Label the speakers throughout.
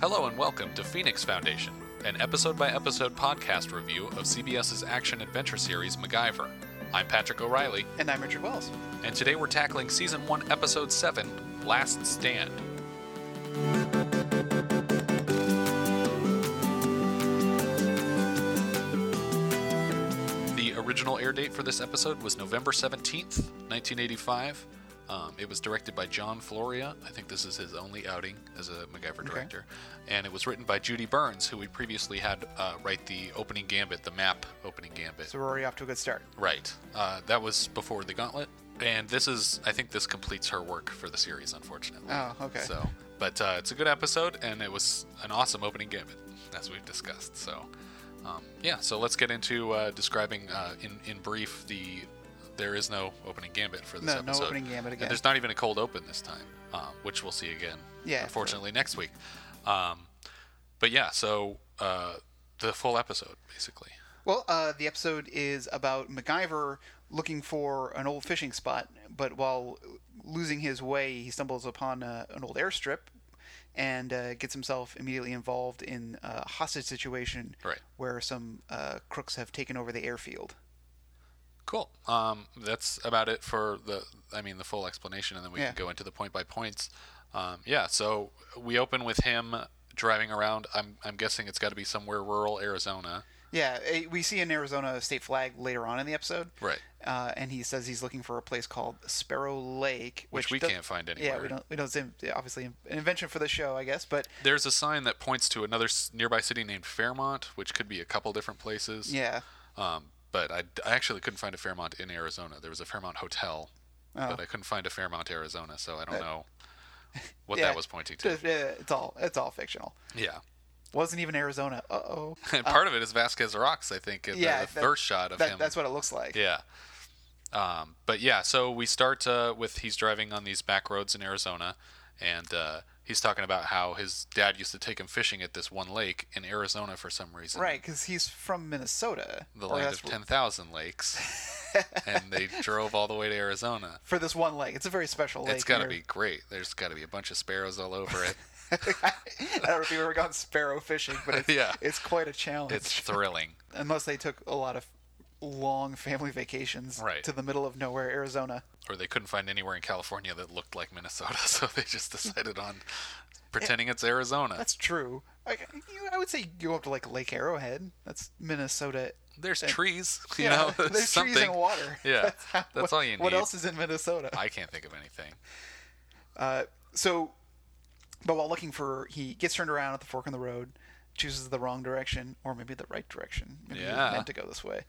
Speaker 1: Hello and welcome to Phoenix Foundation, an episode by episode podcast review of CBS's action adventure series MacGyver. I'm Patrick O'Reilly,
Speaker 2: And I'm Richard Wells.
Speaker 1: and today we're tackling Season 1, Episode 7 Last Stand. The original air date for this episode was November 17th, 1985. Um, it was directed by John Floria. I think this is his only outing as a MacGyver director. And it was written by Judy Burns, who we previously had uh, write the opening gambit, the map opening gambit.
Speaker 2: So we're already off to a good start.
Speaker 1: Right. Uh, that was before the Gauntlet, and this is I think this completes her work for the series, unfortunately.
Speaker 2: Oh, okay.
Speaker 1: So, but uh, it's a good episode, and it was an awesome opening gambit, as we've discussed. So, um, yeah. So let's get into uh, describing uh, in in brief the there is no opening gambit for this
Speaker 2: No, no
Speaker 1: episode.
Speaker 2: opening gambit
Speaker 1: And
Speaker 2: again.
Speaker 1: there's not even a cold open this time, um, which we'll see again.
Speaker 2: Yeah, for-
Speaker 1: Unfortunately, next week. Um, but yeah, so uh, the full episode basically.
Speaker 2: Well, uh, the episode is about MacGyver looking for an old fishing spot, but while losing his way, he stumbles upon uh, an old airstrip and uh, gets himself immediately involved in a hostage situation
Speaker 1: Right.
Speaker 2: where some uh, crooks have taken over the airfield.
Speaker 1: Cool. Um, that's about it for the. I mean, the full explanation, and then we
Speaker 2: Yeah.
Speaker 1: can go into the point by points. Um, yeah. So we open with him driving around. I'm I'm guessing it's got to be somewhere rural Arizona.
Speaker 2: Yeah, eh, we see an Arizona state flag later on in the episode.
Speaker 1: Right.
Speaker 2: Uh, and he says he's looking for a place called Sparrow Lake,
Speaker 1: Which
Speaker 2: which,
Speaker 1: we
Speaker 2: does-
Speaker 1: can't find
Speaker 2: Yeah,
Speaker 1: anywhere.
Speaker 2: we don't. We don't. see- Obviously, an invention for the show, I guess. But
Speaker 1: There's a sign that points to another s- nearby city named Fairmont, which could be a couple different places.
Speaker 2: yeah,
Speaker 1: Um, but I, I actually couldn't find a Fairmont in Arizona. There was a Fairmont Hotel,
Speaker 2: Oh.
Speaker 1: but I couldn't find a Fairmont, Arizona. So I don't know what
Speaker 2: yeah.
Speaker 1: that was pointing to.
Speaker 2: Just, eh, it's all it's all fictional.
Speaker 1: yeah.
Speaker 2: Wasn't even Arizona. Uh oh.
Speaker 1: And part of it is Vasquez Rocks, I think, in the-
Speaker 2: yeah,
Speaker 1: the,
Speaker 2: that-
Speaker 1: first shot of him.
Speaker 2: That, that's what it looks like.
Speaker 1: Yeah. Um, but yeah, so we start uh, with he's driving on these back roads in Arizona, and uh, he's talking about how his dad used to take him fishing at this one lake in Arizona for some reason.
Speaker 2: Right, because he's from Minnesota.
Speaker 1: The
Speaker 2: or
Speaker 1: land
Speaker 2: that's
Speaker 1: of
Speaker 2: where-
Speaker 1: 10,000 lakes. and they drove all the way to Arizona.
Speaker 2: For this one lake, it's a very special lake.
Speaker 1: it's got to
Speaker 2: in
Speaker 1: be great. There's got to be a bunch of sparrows all over it.
Speaker 2: Ari- I don't know if you've ever gone sparrow fishing, but it's,
Speaker 1: Yeah.
Speaker 2: it's quite a challenge.
Speaker 1: It's thrilling.
Speaker 2: Unless they took a lot of long family vacations
Speaker 1: Right.
Speaker 2: to the middle of nowhere, Arizona.
Speaker 1: Or they couldn't find anywhere in California that looked like Minnesota, so they just decided on pretending it's Arizona.
Speaker 2: That's true. I, you- I would say you go up to like Lake Arrowhead. That's Minnesota.
Speaker 1: There's trees, you
Speaker 2: Yeah,
Speaker 1: know.
Speaker 2: there's
Speaker 1: something.
Speaker 2: trees and water.
Speaker 1: Yeah,
Speaker 2: how-
Speaker 1: that's all you
Speaker 2: What
Speaker 1: need.
Speaker 2: else is in Minnesota?
Speaker 1: I can't think of anything.
Speaker 2: so but while looking for he gets turned around at the fork in the road chooses the wrong direction or maybe the right direction maybe he
Speaker 1: Yeah.
Speaker 2: was meant to go this way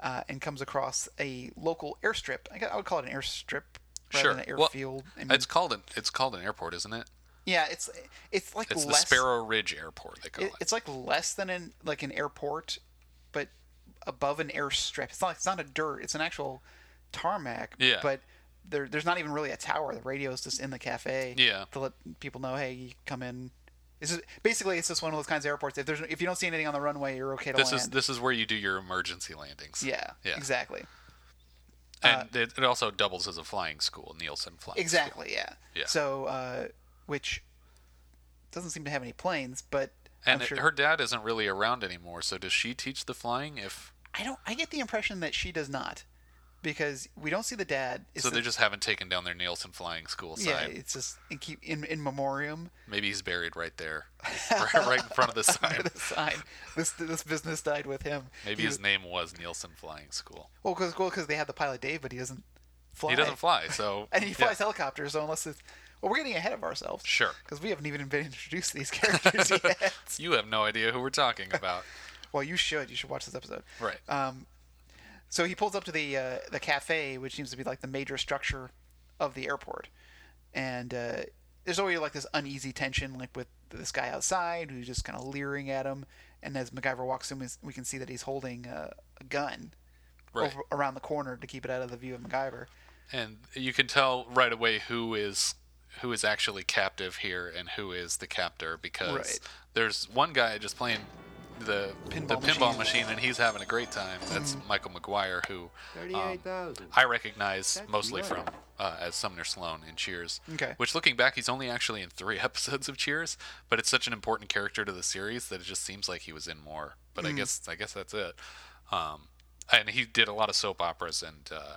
Speaker 2: uh, and comes across a local airstrip i, gu- I would call it an airstrip rather
Speaker 1: sure.
Speaker 2: than an
Speaker 1: Well,
Speaker 2: airfield I mean,
Speaker 1: it's called an it's called an airport, isn't it?
Speaker 2: yeah it's it's like
Speaker 1: It's the
Speaker 2: less
Speaker 1: Sparrow Ridge Airport. They call it.
Speaker 2: it- it's like less than an like an airport but above an airstrip it's not it's not a dirt it's an actual tarmac
Speaker 1: Yeah.
Speaker 2: but there, there's not even really a tower the radio's just in the cafe
Speaker 1: Yeah.
Speaker 2: to let people know hey you come in it's just, basically it's just one of those kinds of airports if there's if you don't see anything on the runway you're okay to
Speaker 1: This
Speaker 2: land
Speaker 1: is this is where you do your emergency landings.
Speaker 2: yeah, uh,
Speaker 1: Yeah.
Speaker 2: exactly
Speaker 1: And it, it also doubles as a flying school, Nielsen Flying.
Speaker 2: exactly yeah
Speaker 1: Yeah.
Speaker 2: so uh which doesn't seem to have any planes but
Speaker 1: School. And
Speaker 2: I'm
Speaker 1: it-
Speaker 2: sure
Speaker 1: her dad isn't really around anymore, so does she teach the flying? If
Speaker 2: I don't. I get the impression that she does not, because we don't see the dad. It's
Speaker 1: so,
Speaker 2: the-
Speaker 1: they just haven't taken down their Nielsen Flying School
Speaker 2: yeah.
Speaker 1: sign.
Speaker 2: It's just in keep in in memoriam
Speaker 1: Maybe he's buried right there, right, right in front of the sign.
Speaker 2: the sign. This this business died with him.
Speaker 1: Maybe
Speaker 2: he,
Speaker 1: his name was Nielsen Flying School.
Speaker 2: well because they had the pilot Dave, but he doesn't fly.
Speaker 1: He doesn't fly, so
Speaker 2: and he
Speaker 1: yeah.
Speaker 2: flies helicopters. So unless it's well, we're getting ahead of ourselves.
Speaker 1: Sure.
Speaker 2: Because we haven't even been introduced to these characters yet.
Speaker 1: You have no idea who we're talking about.
Speaker 2: well, you should. You should watch this episode.
Speaker 1: Right.
Speaker 2: Um, so he pulls up to the uh, the cafe, which seems to be like the major structure of the airport, and uh, there's always like this uneasy tension, like with this guy outside who's just kind of leering at him, and as MacGyver walks in, we- we can see that he's holding uh, a gun
Speaker 1: Right.
Speaker 2: over, around the corner to keep it out of the view of MacGyver.
Speaker 1: and you can tell right away who is who is actually captive here and who is the captor because
Speaker 2: Right.
Speaker 1: there's one guy just playing the
Speaker 2: Pinball
Speaker 1: the pinball
Speaker 2: machine. Mm-hmm.
Speaker 1: machine. and he's having a great time. That's Michael McGuire who um,
Speaker 3: 38,000.
Speaker 1: I recognize
Speaker 3: That's
Speaker 1: mostly
Speaker 3: right.
Speaker 1: from uh, as Sumner Sloan in Cheers.
Speaker 2: Okay.
Speaker 1: Which, looking back, he's only actually in three episodes of Cheers, but it's such an important character to the series that it just seems like he was in more. But I
Speaker 2: Hmm.
Speaker 1: guess I guess that's it. Um, and he did a lot of soap operas and uh,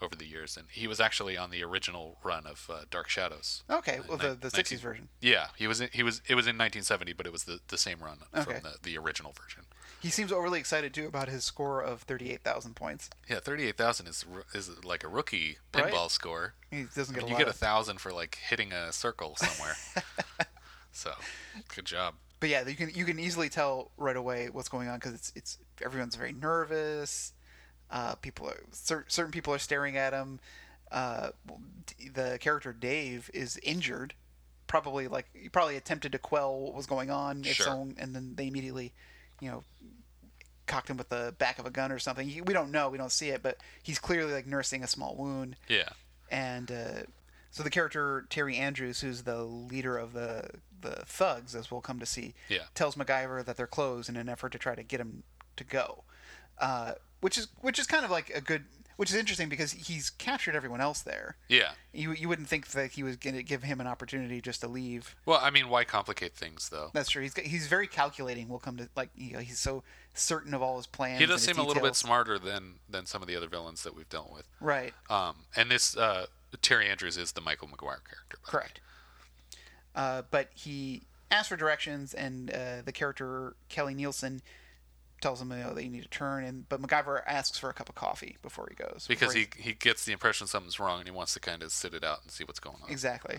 Speaker 1: over the years, and he was actually on the original run of uh, Dark Shadows.
Speaker 2: Okay, well, the,
Speaker 1: Nin-
Speaker 2: the
Speaker 1: 19
Speaker 2: 60s version.
Speaker 1: Yeah, he was in, he was it was in 1970, but it was the, the same run
Speaker 2: Okay.
Speaker 1: from the, the original version.
Speaker 2: He seems overly excited, too, about his score of 38,000 points.
Speaker 1: Yeah, 38,000 is r- is like a rookie
Speaker 2: Right.
Speaker 1: pinball score.
Speaker 2: He doesn't get a
Speaker 1: You
Speaker 2: lot
Speaker 1: get a
Speaker 2: of-
Speaker 1: thousand for like hitting a circle somewhere. so, good job.
Speaker 2: But yeah, you can you can easily tell right away what's going on because it's it's everyone's very nervous. Uh, people are cer- certain people are staring at him. Uh, d- the character Dave is injured, probably like he probably attempted to quell what was going on. If
Speaker 1: Sure.
Speaker 2: someone, and then they immediately, you know, cocked him with the back of a gun or something. He- We don't know, we don't see it, but he's clearly like nursing a small wound.
Speaker 1: Yeah.
Speaker 2: And uh, so the character Terry Andrews, who's the leader of the the thugs, as we'll come to see,
Speaker 1: Yeah.
Speaker 2: tells MacGyver that they're closed in an effort to try to get him to go, uh, which is which is kind of like a good, which is interesting because he's captured everyone else there.
Speaker 1: Yeah.
Speaker 2: You you wouldn't think that he was going to give him an opportunity just to leave.
Speaker 1: Well, I mean, why complicate things though?
Speaker 2: That's true. He's got- he's very calculating. We'll come to like you know, he's so certain of all his plans.
Speaker 1: He
Speaker 2: and
Speaker 1: does
Speaker 2: his
Speaker 1: seem a little bit
Speaker 2: details.
Speaker 1: smarter than than some of the other villains that we've dealt with.
Speaker 2: Right.
Speaker 1: Um, and this uh, Terry Andrews is the Michael McGuire character. by the way.
Speaker 2: Correct. Uh, but he asks for directions, and uh, the character Kelly Nielsen tells him you know, that you need to turn. And but MacGyver asks for a cup of coffee before he goes.
Speaker 1: Because
Speaker 2: before he-
Speaker 1: he he gets the impression something's wrong and he wants to kind of sit it out and see what's going on.
Speaker 2: exactly.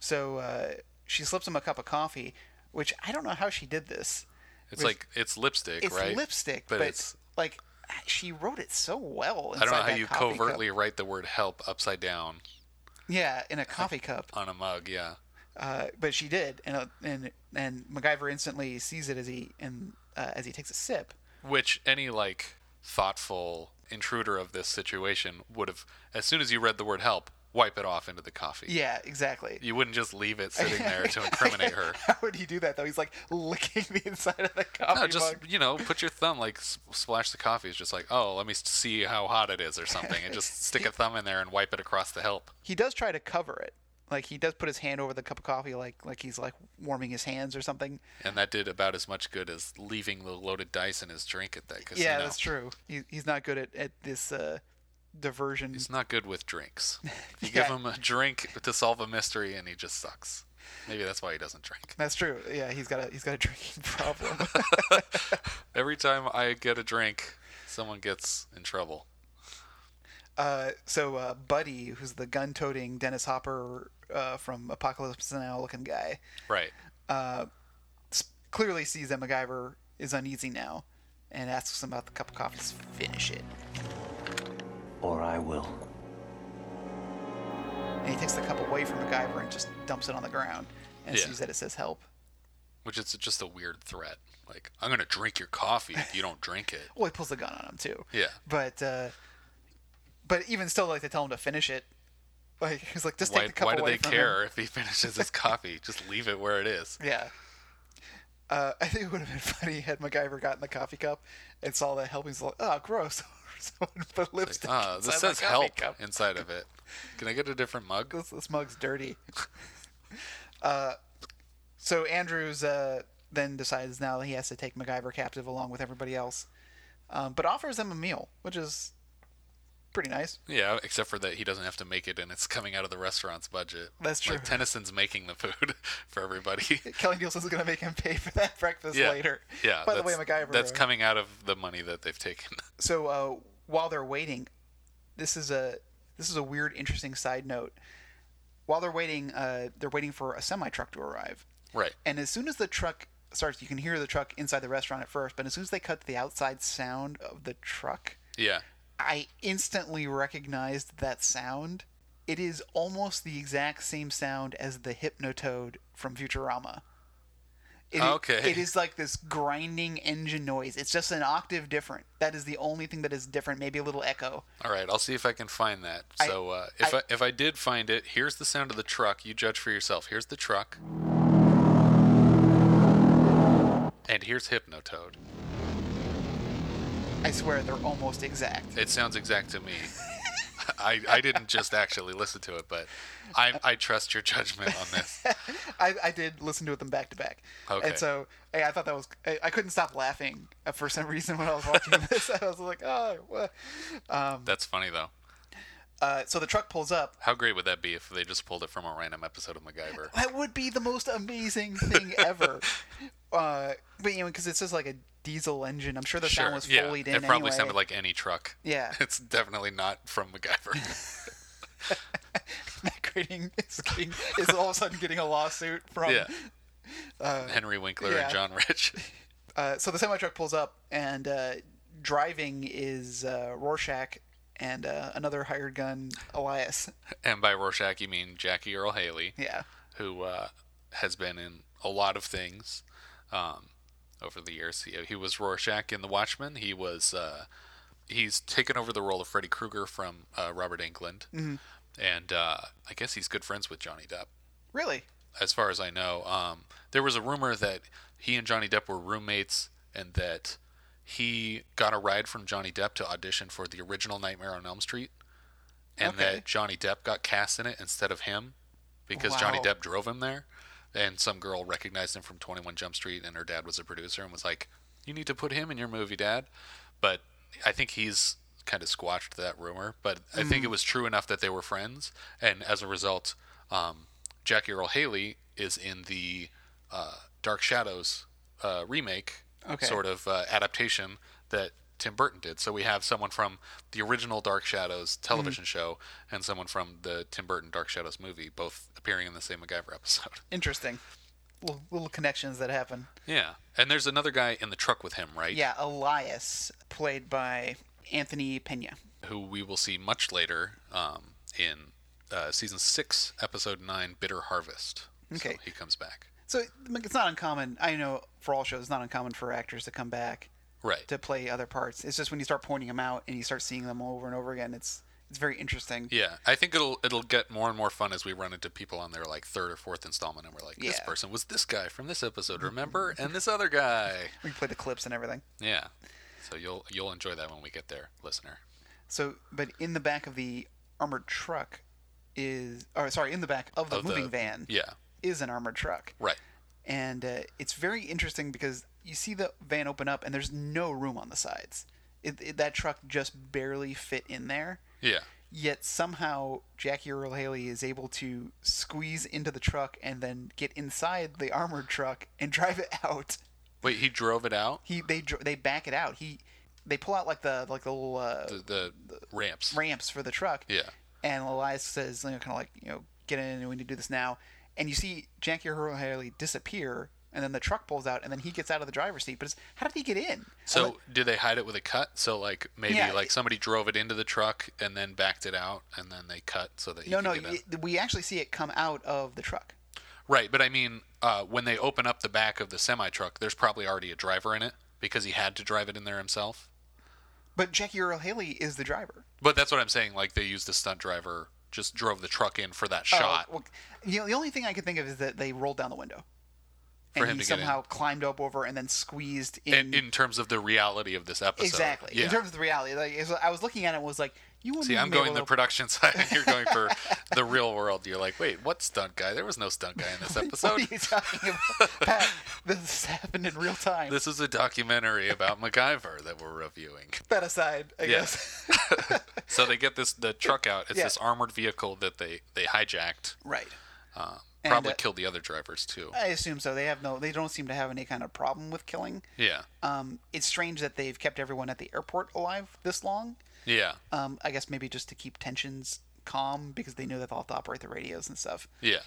Speaker 2: So uh, she slips him a cup of coffee, which I don't know how she did this.
Speaker 1: It's like it's lipstick,
Speaker 2: It's
Speaker 1: right?
Speaker 2: lipstick,
Speaker 1: but
Speaker 2: but,
Speaker 1: it's-
Speaker 2: like she wrote it so well.
Speaker 1: I don't know
Speaker 2: inside
Speaker 1: how
Speaker 2: that
Speaker 1: you
Speaker 2: coffee cup.
Speaker 1: covertly write the word help upside down
Speaker 2: Yeah, in a coffee cup.
Speaker 1: on a mug. Yeah.
Speaker 2: Uh, but she did, and uh, and and MacGyver instantly sees it as he and uh, as he takes a sip.
Speaker 1: which any like thoughtful intruder of this situation would have as soon as you read the word help wipe it off into the coffee
Speaker 2: Yeah, exactly.
Speaker 1: you wouldn't just leave it sitting there to incriminate her
Speaker 2: How would he do that though? He's like licking the inside of the coffee
Speaker 1: no, just
Speaker 2: mug.
Speaker 1: you know put your thumb like s- splash the coffee it's just like oh let me s- see how hot it is or something and just stick a thumb in there and wipe it across the help
Speaker 2: He does try to cover it. Like he does put his hand over the cup of coffee, like like he's like warming his hands or something.
Speaker 1: and that did about as much good as leaving the loaded dice in his drink at that casino
Speaker 2: yeah, that's true. He, he's not good at at this uh, diversion.
Speaker 1: he's not good with drinks you give
Speaker 2: Yeah.
Speaker 1: him a drink to solve a mystery and he just sucks maybe that's why he doesn't drink
Speaker 2: That's true. Yeah, he's got a he's got a drinking problem.
Speaker 1: Every time I get a drink, someone gets in trouble.
Speaker 2: uh, so uh, Buddy, who's the gun-toting Dennis Hopper uh, from Apocalypse Now-looking guy,
Speaker 1: Right.
Speaker 2: s- clearly sees that MacGyver is uneasy now, and asks him about the cup of coffee. Just finish it.
Speaker 3: or I will.
Speaker 2: and he takes the cup away from MacGyver and just dumps it on the ground and
Speaker 1: Yeah.
Speaker 2: sees that it says help.
Speaker 1: Which is just a weird threat. Like, I'm going to drink your coffee if you don't drink it.
Speaker 2: Well, he pulls the gun on him too.
Speaker 1: Yeah.
Speaker 2: But uh, but even still, like they tell him to finish it. Like he's like, just take
Speaker 1: Why,
Speaker 2: the cup
Speaker 1: why do
Speaker 2: away
Speaker 1: they
Speaker 2: from
Speaker 1: care if he finishes his coffee? Just leave it where it is.
Speaker 2: him. Yeah. Uh, I think it would have been funny had MacGyver gotten the coffee cup and saw that help. He's like, oh, gross. Someone put lipstick.
Speaker 1: Ah, this
Speaker 2: inside my
Speaker 1: says
Speaker 2: coffee
Speaker 1: help
Speaker 2: cup.
Speaker 1: inside of it. Can I get a different mug?
Speaker 2: this, this mug's dirty. uh, so Andrews uh, then decides now he has to take MacGyver captive along with everybody else, um, but offers them a meal, which is pretty nice.
Speaker 1: Yeah, except for that he doesn't have to make it and it's coming out of the restaurant's budget.
Speaker 2: That's
Speaker 1: Like,
Speaker 2: true.
Speaker 1: Tennyson's making the food for everybody.
Speaker 2: Kelly Nielsen's going to make him pay for that breakfast
Speaker 1: Yeah.
Speaker 2: later.
Speaker 1: Yeah.
Speaker 2: By the way,
Speaker 1: that's-
Speaker 2: MacGyver.
Speaker 1: That's
Speaker 2: uh,
Speaker 1: coming out of the money that they've taken.
Speaker 2: so uh, while they're waiting, this is a this is a weird, interesting side note. While they're waiting, uh, they're waiting for a semi truck to arrive.
Speaker 1: right.
Speaker 2: And as soon as the truck starts, you can hear the truck inside the restaurant at first, but as soon as they cut the outside sound of the truck,
Speaker 1: Yeah.
Speaker 2: I instantly recognized that sound. It is almost the exact same sound as the Hypnotoad from Futurama. It,
Speaker 1: Okay.
Speaker 2: It is like this grinding engine noise. It's just an octave different. That is the only thing that is different. Maybe a little echo.
Speaker 1: All right, I'll see if I can find that. So uh, if I, if I did find it, here's the sound of the truck. You judge for yourself. Here's the truck, and here's Hypnotoad.
Speaker 2: I swear they're almost exact.
Speaker 1: It sounds exact to me. I, I didn't just actually listen to it, but I, I trust your judgment on this.
Speaker 2: I, I did listen to it them back to back,
Speaker 1: Okay.
Speaker 2: and so I, I thought that was I, I couldn't stop laughing uh, for some reason when I was watching this. I was like, oh, what? Um,
Speaker 1: That's funny though.
Speaker 2: Uh, so the truck pulls up.
Speaker 1: How great would that be if they just pulled it from a random episode of MacGyver?
Speaker 2: That would be the most amazing thing ever. uh, but you know, because it's just like a diesel engine. I'm sure the sound
Speaker 1: Sure.
Speaker 2: was
Speaker 1: Yeah,
Speaker 2: fullied
Speaker 1: it
Speaker 2: in.
Speaker 1: probably
Speaker 2: anyway.
Speaker 1: sounded like any truck.
Speaker 2: Yeah.
Speaker 1: it's definitely not from MacGyver.
Speaker 2: Matt Groening is, getting, is all of a sudden getting a lawsuit from.
Speaker 1: yeah, Henry Winkler
Speaker 2: Uh, yeah.
Speaker 1: and John Rich.
Speaker 2: Uh, so the semi truck pulls up, and uh, driving is uh, Rorschach and uh, another hired gun, Elias.
Speaker 1: and by Rorschach, you mean Jackie Earl Haley,
Speaker 2: Yeah.
Speaker 1: who uh, has been in a lot of things um, over the years. He, he was Rorschach in The Watchmen. He was uh, he's taken over the role of Freddy Krueger from uh, Robert Englund, and uh, I guess he's good friends with Johnny Depp.
Speaker 2: Really?
Speaker 1: as far as I know. Um, there was a rumor that he and Johnny Depp were roommates, and that he got a ride from Johnny Depp to audition for the original Nightmare on Elm Street, and
Speaker 2: Okay.
Speaker 1: that Johnny Depp got cast in it instead of him because Johnny
Speaker 2: Wow.
Speaker 1: Depp drove him there. And some girl recognized him from 21 Jump Street, and her dad was a producer and was like, "You need to put him in your movie, Dad." But I think he's kind of squashed that rumor. But I think
Speaker 2: Mm.
Speaker 1: it was true enough that they were friends, and as a result, um, Jackie Earl Haley is in the uh, Dark Shadows uh, remake,
Speaker 2: Okay.
Speaker 1: sort of uh, adaptation that Tim Burton did. So we have someone from the original Dark Shadows television
Speaker 2: Mm-hmm.
Speaker 1: show and someone from the Tim Burton Dark Shadows movie, both appearing in the same MacGyver episode.
Speaker 2: Interesting. Little, little connections that happen.
Speaker 1: Yeah, and there's another guy in the truck with him, right?
Speaker 2: Yeah, Elias, played by Anthony Pena.
Speaker 1: Who we will see much later um, in uh, season six, episode nine, Bitter Harvest.
Speaker 2: Okay.
Speaker 1: so he comes back.
Speaker 2: So like, it's not uncommon. I know for all shows, it's not uncommon for actors to come back
Speaker 1: Right.
Speaker 2: to play other parts. It's just when you start pointing them out and you start seeing them over and over again, it's it's very interesting.
Speaker 1: Yeah, I think it'll it'll get more and more fun as we run into people on their like third or fourth installment, and we're like, this
Speaker 2: Yeah.
Speaker 1: person was this guy from this episode, remember? and this other guy.
Speaker 2: We play the clips and everything.
Speaker 1: Yeah, so you'll you'll enjoy that when we get there, listener.
Speaker 2: So, but in the back of the armored truck is, or sorry, in the back of the
Speaker 1: Of the-
Speaker 2: moving van
Speaker 1: Yeah,
Speaker 2: is an armored truck,
Speaker 1: right.
Speaker 2: and uh, it's very interesting because you see the van open up and there's no room on the sides. It, it, that truck just barely fit in there.
Speaker 1: Yeah,
Speaker 2: Yet somehow Jackie Earl Haley is able to squeeze into the truck and then get inside the armored truck and drive it out.
Speaker 1: wait, he drove it out
Speaker 2: He they dr- they back it out. He they pull out like the like the little uh,
Speaker 1: the, the ramps.
Speaker 2: ramps for the truck.
Speaker 1: Yeah.
Speaker 2: And Elias says, you know, kind of like, you know, get in and we need to do this now. And you see Jackie Earl Haley disappear, and then the truck pulls out, and then he gets out of the driver's seat. But it's, how did he get in?
Speaker 1: So did they hide it with a cut? So like maybe
Speaker 2: Yeah,
Speaker 1: like
Speaker 2: it-
Speaker 1: somebody drove it into the truck and then backed it out, and then they cut so that he
Speaker 2: No,
Speaker 1: could
Speaker 2: no,
Speaker 1: get in.
Speaker 2: it- we actually see it come out of the truck.
Speaker 1: Right, but I mean, uh, when they open up the back of the semi truck, there's probably already a driver in it because he had to drive it in there himself.
Speaker 2: But Jackie Earl Haley is the driver.
Speaker 1: But that's what I'm saying. Like they used a stunt driver, just drove the truck in for that shot.
Speaker 2: Oh, well, you know, the only thing I could think of is that they rolled down the window.
Speaker 1: For
Speaker 2: and
Speaker 1: him
Speaker 2: he
Speaker 1: to get in.
Speaker 2: somehow climbed up over and then squeezed in.
Speaker 1: in, in terms of the reality of this episode,
Speaker 2: exactly.
Speaker 1: Yeah.
Speaker 2: In terms of the reality, like it's- I was looking at it and was like, you wouldn't
Speaker 1: See,
Speaker 2: even
Speaker 1: I'm
Speaker 2: be
Speaker 1: going
Speaker 2: able
Speaker 1: the
Speaker 2: to-
Speaker 1: production side. and You're going for the real world. You're like, wait, what stunt guy? There was no stunt guy in this
Speaker 2: What are
Speaker 1: episode.
Speaker 2: you talking about? Pat, this happened in real time.
Speaker 1: This is a documentary about MacGyver that we're reviewing.
Speaker 2: that aside, I
Speaker 1: Yeah.
Speaker 2: guess.
Speaker 1: So they get this the truck out. It's
Speaker 2: Yeah.
Speaker 1: this armored vehicle that they they hijacked.
Speaker 2: right.
Speaker 1: Uh,
Speaker 2: And,
Speaker 1: probably
Speaker 2: uh,
Speaker 1: killed the other drivers too.
Speaker 2: I assume so. They have no. They don't seem to have any kind of problem with killing.
Speaker 1: Yeah.
Speaker 2: Um, it's strange that they've kept everyone at the airport alive this long.
Speaker 1: Yeah.
Speaker 2: Um, I guess maybe just to keep tensions calm because they know that they'll have to operate the radios and stuff.
Speaker 1: Yeah.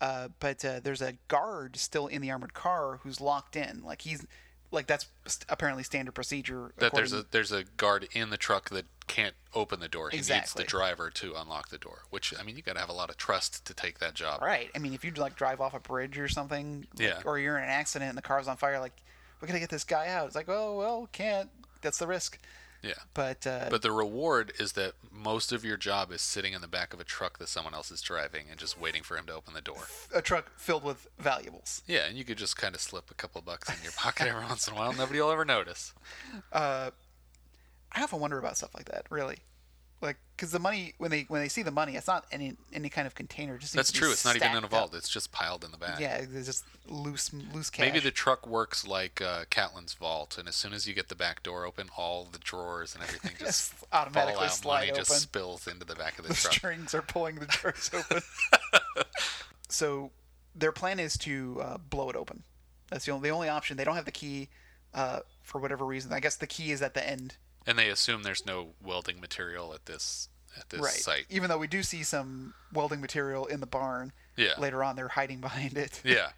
Speaker 2: Uh, but uh, there's a guard still in the armored car who's locked in. Like he's, like that's st- apparently standard procedure.
Speaker 1: That there's
Speaker 2: according-
Speaker 1: a there's a guard in the truck that can't open the door. He needs the
Speaker 2: Exactly.
Speaker 1: driver to unlock the door. Which I mean, you got to have a lot of trust to take that job.
Speaker 2: Right. I mean, if you like drive off a bridge or something, like,
Speaker 1: Yeah.
Speaker 2: or you're in an accident and the car's on fire, like we gotta get this guy out. It's like, oh well, can't. That's the risk.
Speaker 1: Yeah.
Speaker 2: But, uh,
Speaker 1: But the reward is that most of your job is sitting in the back of a truck that someone else is driving and just waiting for him to open the door.
Speaker 2: a truck filled with valuables.
Speaker 1: Yeah, and you could just kind of slip a couple bucks in your pocket every once in a while. Nobody will ever notice.
Speaker 2: I often wonder about stuff like that. Really, like because the money when they when they see the money, it's not any any kind of container. It Just seems
Speaker 1: That's
Speaker 2: to be
Speaker 1: true. It's not even in
Speaker 2: stacked
Speaker 1: a
Speaker 2: up.
Speaker 1: vault. It's just piled in the back.
Speaker 2: Yeah, it's just loose loose cash.
Speaker 1: Maybe the truck works like uh, Catlin's vault, and as soon as you get the back door open, all the drawers and everything just
Speaker 2: Just automatically
Speaker 1: fall out.
Speaker 2: slide
Speaker 1: Money just
Speaker 2: open.
Speaker 1: spills into the back of the
Speaker 2: the
Speaker 1: truck.
Speaker 2: strings are pulling the drawers open. so their plan is to uh, blow it open. That's the only, the only option. They don't have the key uh, for whatever reason. I guess the key is at the end,
Speaker 1: And they assume there's no welding material at this at this
Speaker 2: right?
Speaker 1: site.
Speaker 2: Even though we do see some welding material in the barn.
Speaker 1: Yeah.
Speaker 2: Later on, they're hiding behind it.
Speaker 1: Yeah.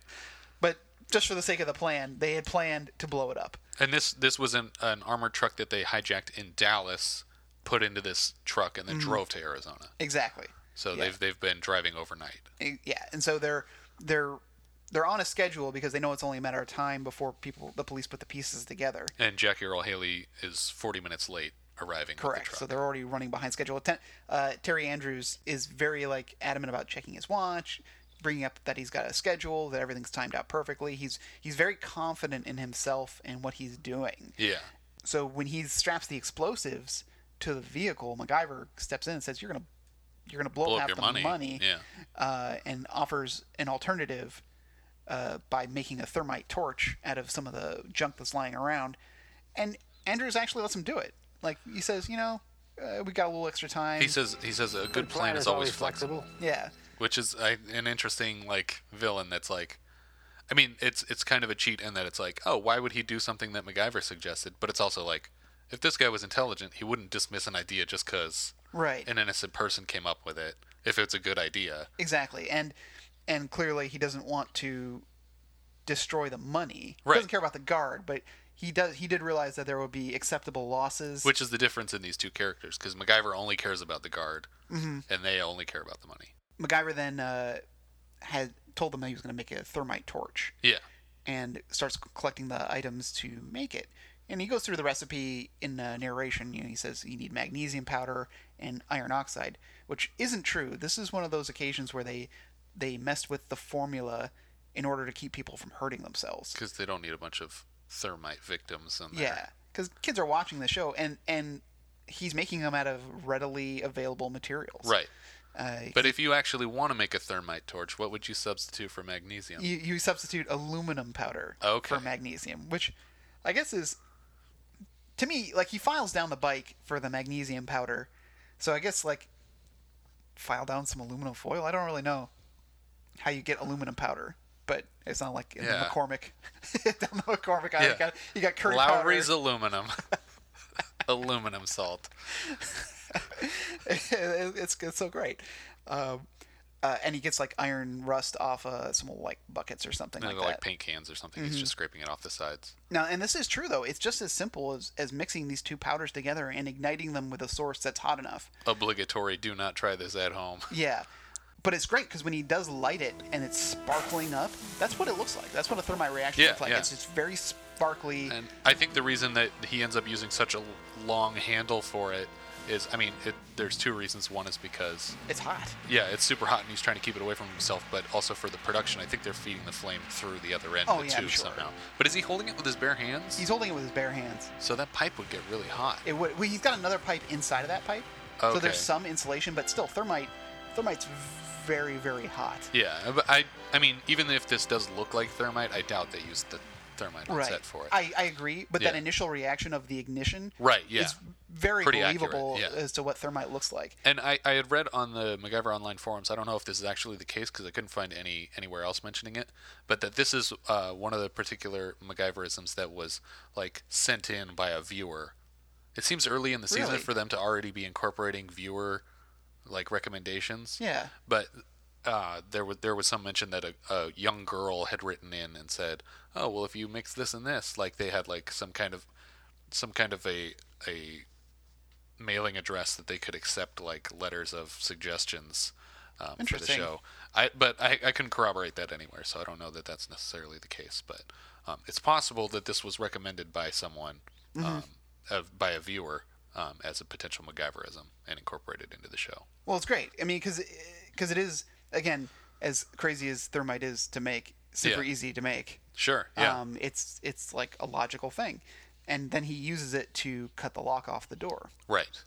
Speaker 2: But just for the sake of the plan, they had planned to blow it up.
Speaker 1: And this this was an, an armored truck that they hijacked in Dallas, put into this truck, and then drove to Arizona.
Speaker 2: Exactly.
Speaker 1: So
Speaker 2: Mm-hmm. Yeah.
Speaker 1: they've they've been driving overnight.
Speaker 2: yeah and so they're they're they're on a schedule because they know it's only a matter of time before people the police put the pieces together
Speaker 1: And Jackie Earl Haley is 40 minutes late arriving.
Speaker 2: correct
Speaker 1: With
Speaker 2: so
Speaker 1: the truck.
Speaker 2: they're already running behind schedule Ten, uh, terry andrews is very like adamant about checking his watch bringing up that he's got a schedule that everything's timed out perfectly he's he's very confident in himself and what he's doing
Speaker 1: yeah.
Speaker 2: so when he straps the explosives to the vehicle MacGyver steps in and says you're gonna you're gonna blow,
Speaker 1: Blow
Speaker 2: up
Speaker 1: up
Speaker 2: half
Speaker 1: your
Speaker 2: the
Speaker 1: money."
Speaker 2: money,
Speaker 1: Yeah.
Speaker 2: uh, and offers an alternative uh, by making a thermite torch out of some of the junk that's lying around. And Andrews actually lets him do it. Like he says, you know, uh, we got a little extra time.
Speaker 1: He says he says a good plan is always flexible,
Speaker 2: yeah,
Speaker 1: which is I, an interesting like villain that's like, I mean it's it's kind of a cheat in that it's like oh why would he do something that MacGyver suggested, but it's also like if this guy was intelligent he wouldn't dismiss an idea just because
Speaker 2: right,
Speaker 1: an innocent person came up with it if it's a good idea.
Speaker 2: exactly. And and clearly he doesn't want to destroy the money.
Speaker 1: Right.
Speaker 2: Doesn't care about the guard, but he does. He did realize that there would be acceptable losses.
Speaker 1: Which is the difference in these two characters because MacGyver only cares about the guard and they only care about the money.
Speaker 2: MacGyver then uh, had told them that he was going to make a thermite torch.
Speaker 1: Yeah.
Speaker 2: and starts collecting the items to make it. And he goes through the recipe in uh, narration. You know, he says you need magnesium powder and iron oxide, which isn't true. This is one of those occasions where they they messed with the formula in order to keep people from hurting themselves.
Speaker 1: Because they don't need a bunch of thermite victims in there.
Speaker 2: Yeah, because kids are watching the show, and and he's making them out of readily available materials.
Speaker 1: Right.
Speaker 2: Uh,
Speaker 1: But if you actually want to make a thermite torch, what would you substitute for magnesium?
Speaker 2: you, you substitute aluminum powder
Speaker 1: Okay.
Speaker 2: for magnesium, which I guess is to me like he files down the bike for the magnesium powder, so I guess like file down some aluminum foil. I don't really know how you get aluminum powder, but it's not like in the
Speaker 1: Yeah.
Speaker 2: McCormick down the McCormick aisle.
Speaker 1: Yeah.
Speaker 2: You got you got curry
Speaker 1: Lowry's
Speaker 2: powder.
Speaker 1: aluminum. aluminum salt.
Speaker 2: it's it's so great. Um, uh, and he gets like iron rust off uh, some old, like buckets or something
Speaker 1: And
Speaker 2: like
Speaker 1: they're
Speaker 2: that. Mm-hmm.
Speaker 1: like paint cans or something. He's just scraping it off the sides.
Speaker 2: Now, and this is true though. It's just as simple as, as mixing these two powders together and igniting them with a source that's hot enough.
Speaker 1: Obligatory do not try this at home.
Speaker 2: Yeah. But it's great because when he does light it and it's sparkling up, that's what it looks like. That's what a thermite reaction
Speaker 1: Yeah,
Speaker 2: looks like.
Speaker 1: yeah.
Speaker 2: It's just very sparkly.
Speaker 1: And I think the reason that he ends up using such a long handle for it is, I mean, it, there's two reasons. One is because,
Speaker 2: it's hot.
Speaker 1: yeah, it's super hot and he's trying to keep it away from himself, but also for the production, I think they're feeding the flame through the other end
Speaker 2: Oh,
Speaker 1: of the
Speaker 2: yeah, I'm
Speaker 1: tube
Speaker 2: sure.
Speaker 1: somehow. But is he holding it with his bare hands?
Speaker 2: He's holding it with his bare hands.
Speaker 1: so that pipe would get really hot.
Speaker 2: It would. Well, he's got another pipe inside of that pipe, so
Speaker 1: Okay.
Speaker 2: there's some insulation, but still, thermite. Thermite's very, very hot.
Speaker 1: yeah, but I, I mean, even if this does look like thermite, I doubt they used the thermite on set for it.
Speaker 2: I, I agree, but that
Speaker 1: Yeah.
Speaker 2: initial reaction of the ignition
Speaker 1: Right, yeah.
Speaker 2: is very
Speaker 1: Pretty accurate,
Speaker 2: believable
Speaker 1: yeah.
Speaker 2: as to what thermite looks like.
Speaker 1: And I, I had read on the MacGyver Online forums. I don't know if this is actually the case because I couldn't find any anywhere else mentioning it. But that this is uh, one of the particular MacGyverisms that was like sent in by a viewer. It seems early in the season
Speaker 2: Really?
Speaker 1: for them to already be incorporating viewer like recommendations.
Speaker 2: Yeah.
Speaker 1: But uh, there was there was some mention that a, a young girl had written in and said, "Oh well, if you mix this and this, like they had like some kind of some kind of a a mailing address that they could accept like letters of suggestions um, for the
Speaker 2: Interesting.
Speaker 1: show. I but I, I couldn't corroborate that anywhere, so I don't know that that's necessarily the case. But um, it's possible that this was recommended by someone,
Speaker 2: Mm-hmm.
Speaker 1: um, of, by a viewer, um, as a potential MacGyverism and incorporated into the show.
Speaker 2: Well, it's great. I mean, because because it is again as crazy as thermite is to make, super
Speaker 1: Yeah.
Speaker 2: easy to make.
Speaker 1: Sure. Yeah.
Speaker 2: Um, it's it's like a logical thing, and then he uses it to cut the lock off the door.
Speaker 1: right.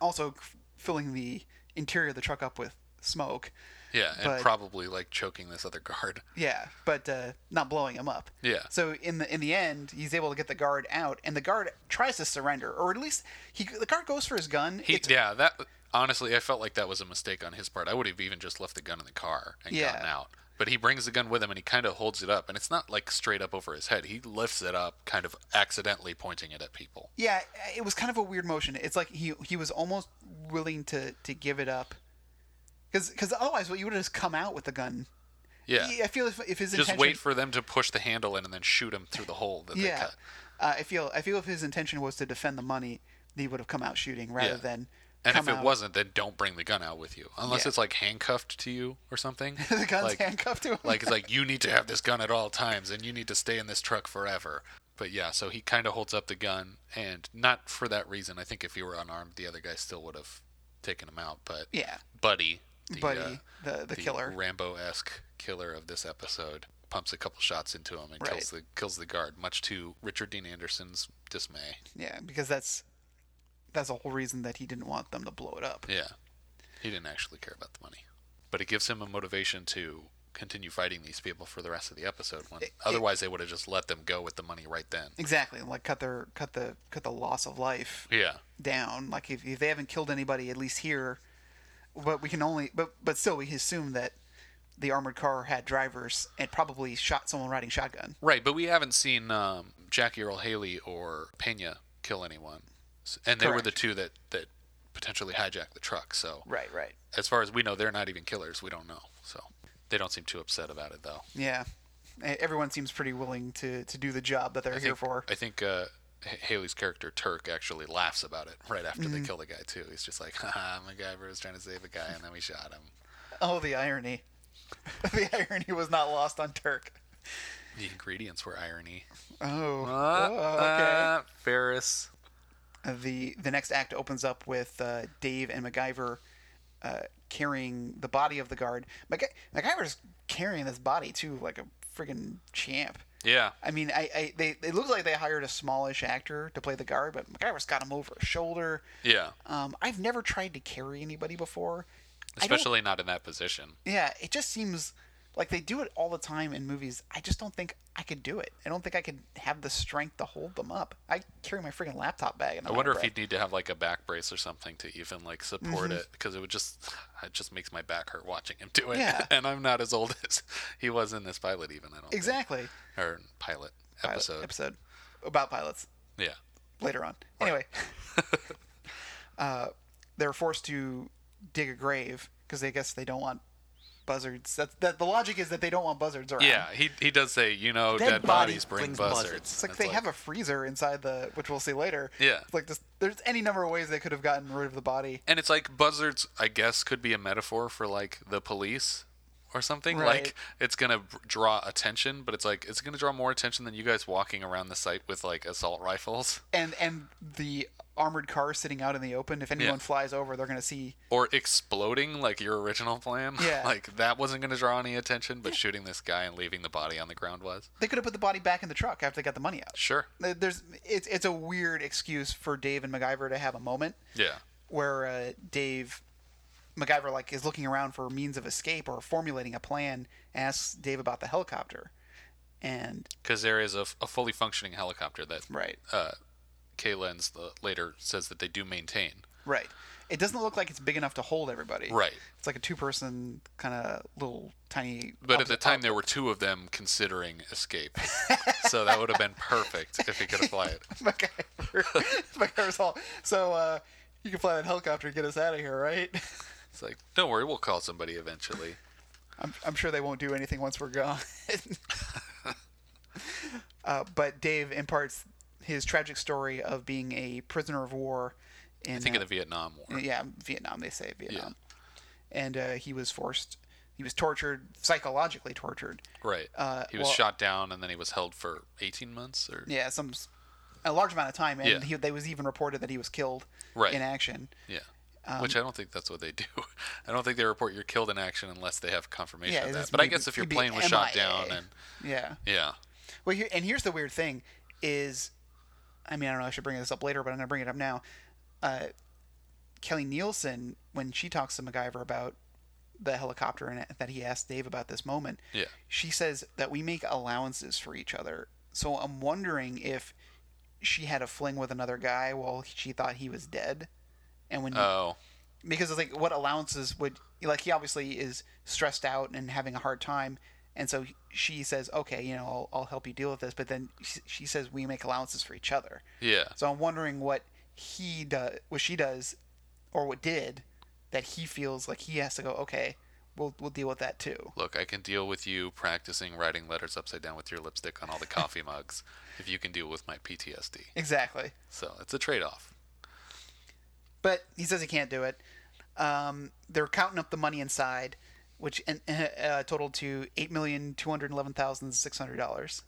Speaker 2: Also, c- filling the interior of the truck up with smoke.
Speaker 1: Yeah, and
Speaker 2: But-
Speaker 1: probably like choking this other guard.
Speaker 2: Yeah, but uh, not blowing him up.
Speaker 1: Yeah.
Speaker 2: So in the in the end, he's able to get the guard out, and the guard tries to surrender, or at least he the guard goes for his gun.
Speaker 1: He,
Speaker 2: It's-
Speaker 1: yeah, that honestly, I felt like that was a mistake on his part. I would have even just left the gun in the car and
Speaker 2: Yeah.
Speaker 1: gotten out. But he brings the gun with him and he kind of holds it up, and it's not like straight up over his head. He lifts it up, kind of accidentally pointing it at people.
Speaker 2: yeah, it was kind of a weird motion. It's like he he was almost willing to to give it up, because otherwise, well, you would have just come out with the gun.
Speaker 1: Yeah,
Speaker 2: I feel if, if his
Speaker 1: just
Speaker 2: intention,
Speaker 1: wait for them to push the handle in and then shoot him through the hole that they
Speaker 2: yeah,
Speaker 1: cut.
Speaker 2: uh, I feel I feel if his intention was to defend the money, he would have come out shooting rather
Speaker 1: Yeah.
Speaker 2: than.
Speaker 1: And
Speaker 2: come
Speaker 1: if it
Speaker 2: out-
Speaker 1: wasn't, then don't bring the gun out with you, unless
Speaker 2: Yeah.
Speaker 1: it's like handcuffed to you or something.
Speaker 2: the gun's
Speaker 1: like,
Speaker 2: handcuffed to him,
Speaker 1: like it's like you need to have this gun at all times and you need to stay in this truck forever but yeah so he kind of holds up the gun and not for that reason i think if he were unarmed the other guy still would have taken him out but
Speaker 2: yeah,
Speaker 1: buddy the,
Speaker 2: buddy,
Speaker 1: uh,
Speaker 2: the, the killer.
Speaker 1: rambo-esque killer of this episode pumps a couple shots into him and
Speaker 2: Right.
Speaker 1: kills the kills the guard much to richard dean anderson's dismay
Speaker 2: Yeah, because that's that's the whole reason that he didn't want them to blow it up.
Speaker 1: yeah he didn't actually care about the money but it gives him a motivation to continue fighting these people for the rest of the episode when otherwise they would have just let them go with the money right then
Speaker 2: Exactly, like cut their cut the cut the loss of life
Speaker 1: Yeah.
Speaker 2: down. Like if, if they haven't killed anybody, at least here. But we can only but but still we assume that the armored car had drivers and probably shot someone riding shotgun.
Speaker 1: Right, but we haven't seen um, Jackie Earl Haley or Pena kill anyone. S- And they were the
Speaker 2: Correct.
Speaker 1: two that, that potentially hijacked the truck. So,
Speaker 2: Right, right.
Speaker 1: as far as we know, they're not even killers. We don't know. So, they don't seem too upset about it, though.
Speaker 2: Yeah, E- everyone seems pretty willing to to do the job that they're
Speaker 1: I
Speaker 2: here
Speaker 1: think,
Speaker 2: for.
Speaker 1: I think uh, H- Haley's character, Turk, actually laughs about it right after
Speaker 2: Mm-hmm.
Speaker 1: they kill the guy, too. He's just like, haha, MacGyver was trying to save a guy, and then we shot him.
Speaker 2: Oh, the irony! the irony was not lost on Turk.
Speaker 1: The ingredients were irony.
Speaker 2: Oh, oh okay.
Speaker 1: Uh, Ferris.
Speaker 2: the the next act opens up with uh, Dave and MacGyver uh, carrying the body of the guard. Mac- MacGyver's carrying this body too, like a friggin' champ.
Speaker 1: Yeah.
Speaker 2: I mean, I, I they it looks like they hired a smallish actor to play the guard, but MacGyver's got him over his shoulder.
Speaker 1: Yeah.
Speaker 2: Um, I've never tried to carry anybody before. I don't-
Speaker 1: Especially not in that position.
Speaker 2: yeah, it just seems like they do it all the time in movies. I just don't think I could do it. I don't think I could have the strength to hold them up. I carry my friggin' laptop bag. And
Speaker 1: I wonder if you'd need to have like a back brace or something to even like support
Speaker 2: Mm-hmm.
Speaker 1: it, 'cause it because it would just it just makes my back hurt watching him do it.
Speaker 2: Yeah.
Speaker 1: and I'm not as old as he was in this pilot even. I don't
Speaker 2: exactly.
Speaker 1: think. or pilot
Speaker 2: pilot
Speaker 1: episode.
Speaker 2: episode about pilots
Speaker 1: Yeah,
Speaker 2: later on. Anyway, uh, they're forced to dig a grave because they guess they don't want buzzards. That's that the logic is that they don't want buzzards around.
Speaker 1: yeah. He he does say you know dead,
Speaker 3: Dead body
Speaker 1: bodies bring
Speaker 3: brings
Speaker 1: buzzards.
Speaker 3: buzzards.
Speaker 2: It's like they have a freezer inside the, which we'll see later.
Speaker 1: Yeah.
Speaker 2: It's like this, there's any number of ways they could have gotten rid of the body.
Speaker 1: and it's like buzzards. I guess could be a metaphor for like the police. Or something
Speaker 2: Right.
Speaker 1: like it's gonna b- draw attention, but it's like it's gonna draw more attention than you guys walking around the site with like assault rifles.
Speaker 2: And and the armored car sitting out in the open. If anyone
Speaker 1: Yeah.
Speaker 2: flies over, they're gonna see.
Speaker 1: or exploding like your original plan.
Speaker 2: Yeah.
Speaker 1: like that wasn't going to draw any attention, but shooting this guy and leaving the body on the ground was.
Speaker 2: They could have put the body back in the truck after they got the money out.
Speaker 1: Sure.
Speaker 2: There's it's it's a weird excuse for Dave and MacGyver to have a moment.
Speaker 1: Yeah.
Speaker 2: where uh, Dave MacGyver like is looking around for means of escape or formulating a plan, asks Dave about the helicopter, and
Speaker 1: Because there is a, f- a fully functioning helicopter that
Speaker 2: right,
Speaker 1: uh, Kayla and s- the, later says that they do maintain.
Speaker 2: right, it doesn't look like it's big enough to hold everybody.
Speaker 1: Right.
Speaker 2: it's like a two-person kind of little tiny.
Speaker 1: But at the time, there were two of them considering escape. so that would have been perfect if he could have fly it.
Speaker 2: MacGyver, MacGyver's all so uh, you can fly that helicopter and get us out of here, right?
Speaker 1: It's like, don't worry, we'll call somebody eventually.
Speaker 2: I'm, I'm sure they won't do anything once we're gone. uh, but Dave imparts his tragic story of being a prisoner of war in
Speaker 1: I think
Speaker 2: uh,
Speaker 1: of the Vietnam War.
Speaker 2: yeah Vietnam. They say Vietnam, and uh, he was forced. He was tortured, psychologically tortured.
Speaker 1: Right.
Speaker 2: Uh,
Speaker 1: he was
Speaker 2: well-
Speaker 1: shot down and then he was held for 18 months or
Speaker 2: Yeah, some a large amount of time, and
Speaker 1: Yeah.
Speaker 2: he, they was even reported that he was killed
Speaker 1: Right.
Speaker 2: in action.
Speaker 1: Yeah.
Speaker 2: Um,
Speaker 1: Which I don't think that's what they do. I don't think they report you're killed in action unless they have confirmation
Speaker 2: Yeah,
Speaker 1: of
Speaker 2: it's-
Speaker 1: that. But I
Speaker 2: he'd be-
Speaker 1: guess if your
Speaker 2: he'd be
Speaker 1: plane was shot
Speaker 2: MIA.
Speaker 1: down and
Speaker 2: Yeah.
Speaker 1: yeah,
Speaker 2: Well, here, and here's the weird thing is, I mean, I don't know. I should bring this up later, but I'm going to bring it up now. Uh, Kelly Nielsen when she talks to MacGyver about the helicopter and that he asked Dave about this moment.
Speaker 1: Yeah.
Speaker 2: She says that we make allowances for each other. So I'm wondering if she had a fling with another guy while she thought he was dead, and when
Speaker 1: Oh,
Speaker 2: because it's like what allowances would like he obviously is stressed out and having a hard time and so she says okay you know i'll, I'll help you deal with this but then she- she says we make allowances for each other
Speaker 1: yeah.
Speaker 2: so i'm wondering what he does what she does or what did that he feels like he has to go okay we'll, we'll deal with that too
Speaker 1: Look, I can deal with you practicing writing letters upside down with your lipstick on all the coffee mugs if you can deal with my PTSD.
Speaker 2: exactly
Speaker 1: So it's a trade off.
Speaker 2: but he says he can't do it. Um, they're counting up the money inside, which and, uh, totaled to eight million two hundred eleven thousand six hundred dollars.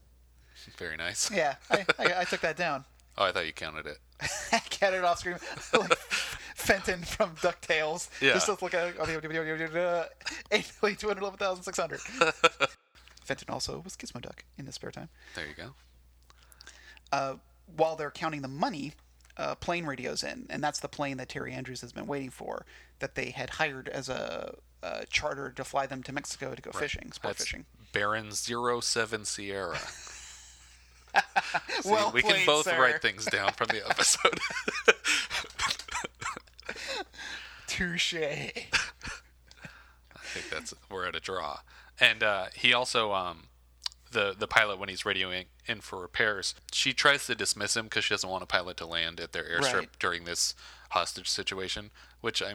Speaker 1: Very nice.
Speaker 2: Yeah, I, I, I took that down.
Speaker 1: Oh, I thought you counted it.
Speaker 2: I got it off screen like Fenton from Ducktales.
Speaker 1: Yeah.
Speaker 2: Just look at eight million two hundred eleven thousand six hundred. Fenton also was Gizmo Duck in his spare time.
Speaker 1: There you go.
Speaker 2: uh, while they're counting the money, a plane radios in, and that's the plane that Terry Andrews has been waiting for, that they had hired as a, a charter to fly them to Mexico to go fishing, sport
Speaker 1: That's
Speaker 2: fishing.
Speaker 1: Baron 07 Sierra. See,
Speaker 2: Well
Speaker 1: we
Speaker 2: played,
Speaker 1: can both
Speaker 2: sir.
Speaker 1: write things down from the episode.
Speaker 2: Touche.
Speaker 1: I think that's we're at a draw. And uh, he also, um, the the pilot when he's radioing in for repairs, she tries to dismiss him because she doesn't want a pilot to land at their airstrip
Speaker 2: Right.
Speaker 1: during this hostage situation. Which I,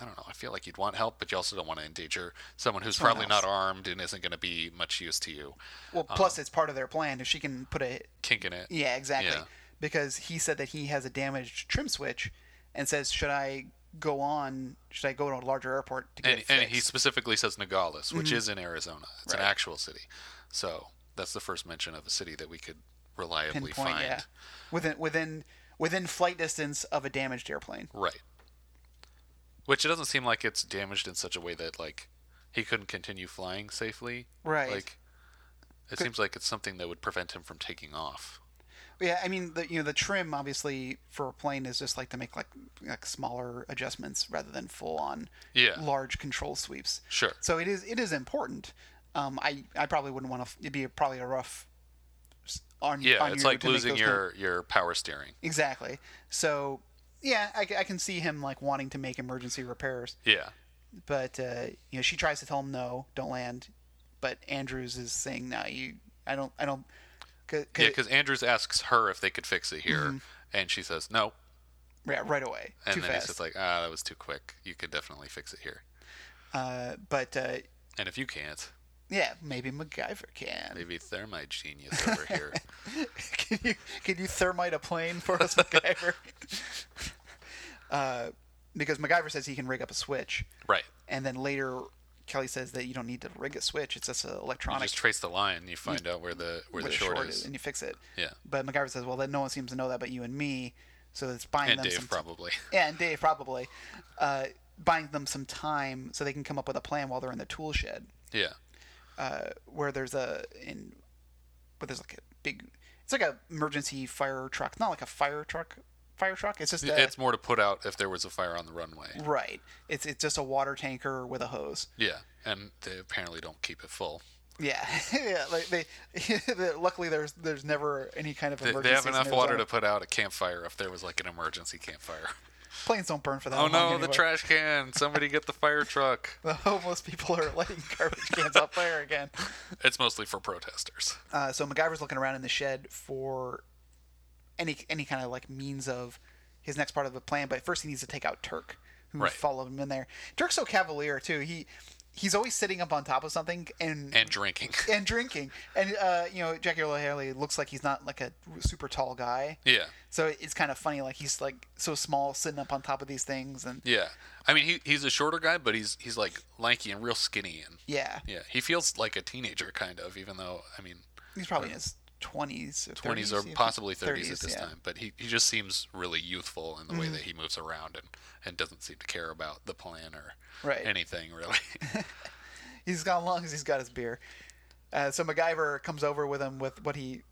Speaker 1: I don't know. I feel like you'd want help, but you also don't want to endanger someone who's probably
Speaker 2: else.
Speaker 1: not armed and isn't going to be much use to you.
Speaker 2: Well,
Speaker 1: Uh-huh.
Speaker 2: plus it's part of their plan. If she can put a
Speaker 1: Kinking it.
Speaker 2: yeah, exactly.
Speaker 1: Yeah.
Speaker 2: Because he said that he has a damaged trim switch, and says, "Should I go on? Should I go to a larger airport to get
Speaker 1: and,
Speaker 2: it fixed?"
Speaker 1: and he specifically says Nogales, which
Speaker 2: Mm-hmm.
Speaker 1: is in Arizona. It's an actual city. So that's the first mention of a city that we could reliably
Speaker 2: pinpoint,
Speaker 1: find.
Speaker 2: yeah, within within within flight distance of a damaged airplane.
Speaker 1: Right. Which it doesn't seem like it's damaged in such a way that like he couldn't continue flying safely.
Speaker 2: Right.
Speaker 1: Like it seems like it's something that would prevent him from taking off.
Speaker 2: Yeah, I mean, the, you know, the trim obviously for a plane is just like to make like like smaller adjustments rather than full on
Speaker 1: Yeah.
Speaker 2: large control sweeps.
Speaker 1: Sure.
Speaker 2: So it is it is important. Um, I I probably wouldn't want to. It'd be probably a rough s- on
Speaker 1: Yeah,
Speaker 2: on
Speaker 1: it's
Speaker 2: you
Speaker 1: like
Speaker 2: to make
Speaker 1: losing
Speaker 2: those
Speaker 1: your your power steering.
Speaker 2: exactly. So yeah, I, c- I can see him like wanting to make emergency repairs,
Speaker 1: Yeah.
Speaker 2: but uh, you know she tries to tell him no, don't land, but Andrews is saying no, you I don't I don't. Cause,
Speaker 1: Yeah, because Andrews asks her if they could fix it here, and she says no.
Speaker 2: yeah, right away.
Speaker 1: And
Speaker 2: Mm-hmm. too
Speaker 1: then
Speaker 2: fast.
Speaker 1: he's just like, ah, that was too quick. You could definitely fix it here.
Speaker 2: uh, but uh,
Speaker 1: And if you can't,
Speaker 2: Yeah, maybe MacGyver can.
Speaker 1: maybe thermite genius over here.
Speaker 2: can you can you thermite a plane for us, MacGyver? uh, because MacGyver says he can rig up a switch,
Speaker 1: right.
Speaker 2: and then later Kelly says that you don't need to rig a switch; it's just an
Speaker 1: You
Speaker 2: electronic
Speaker 1: just trace the line, and you find out where the where,
Speaker 2: with
Speaker 1: the
Speaker 2: a
Speaker 1: short, is.
Speaker 2: and you fix it.
Speaker 1: Yeah.
Speaker 2: But MacGyver says, "Well, then no one seems to know that but you and me, so it's buying
Speaker 1: And
Speaker 2: them
Speaker 1: Dave
Speaker 2: some
Speaker 1: probably.
Speaker 2: yeah, and Dave probably uh, buying them some time so they can come up with a plan while they're in the tool shed."
Speaker 1: Yeah.
Speaker 2: where there's a in where there's like a big it's like a emergency fire truck not like a fire truck fire truck it's just a,
Speaker 1: it's more to put out if there was a fire on the runway.
Speaker 2: right it's it's just a water tanker with a hose
Speaker 1: Yeah, and they apparently don't keep it full.
Speaker 2: yeah yeah like they luckily there's there's never any kind of
Speaker 1: They,
Speaker 2: emergency
Speaker 1: they have enough water to put out a campfire if there was like an emergency campfire.
Speaker 2: planes don't burn for that
Speaker 1: Oh
Speaker 2: long
Speaker 1: no, the
Speaker 2: anyway.
Speaker 1: trash can! Somebody get the fire truck.
Speaker 2: the homeless people are lighting garbage cans on fire again
Speaker 1: It's mostly for protesters.
Speaker 2: Uh, so MacGyver's looking around in the shed for any any kind of like means of his next part of the plan. But first, he needs to take out Turk, who
Speaker 1: Right.
Speaker 2: followed him in there. Turk's so cavalier too. He he's always sitting up on top of something and
Speaker 1: And drinking.
Speaker 2: and drinking. And uh, you know, Jackie Earl Haley looks like he's not like a super tall guy.
Speaker 1: Yeah.
Speaker 2: So it's kind of funny, like he's like so small, sitting up on top of these things, and
Speaker 1: Yeah. I mean, he, he's a shorter guy, but he's he's like lanky and real skinny, and
Speaker 2: yeah,
Speaker 1: yeah, he feels like a teenager kind of, even though I mean,
Speaker 2: he's probably in his twenties,
Speaker 1: twenties or possibly thirties at this time. But he, he just seems really youthful in the
Speaker 2: Mm.
Speaker 1: way that he moves around and, and doesn't seem to care about the plan or
Speaker 2: Right.
Speaker 1: anything really.
Speaker 2: He's gone long as he's got his beer. Uh, so MacGyver comes over with him with what he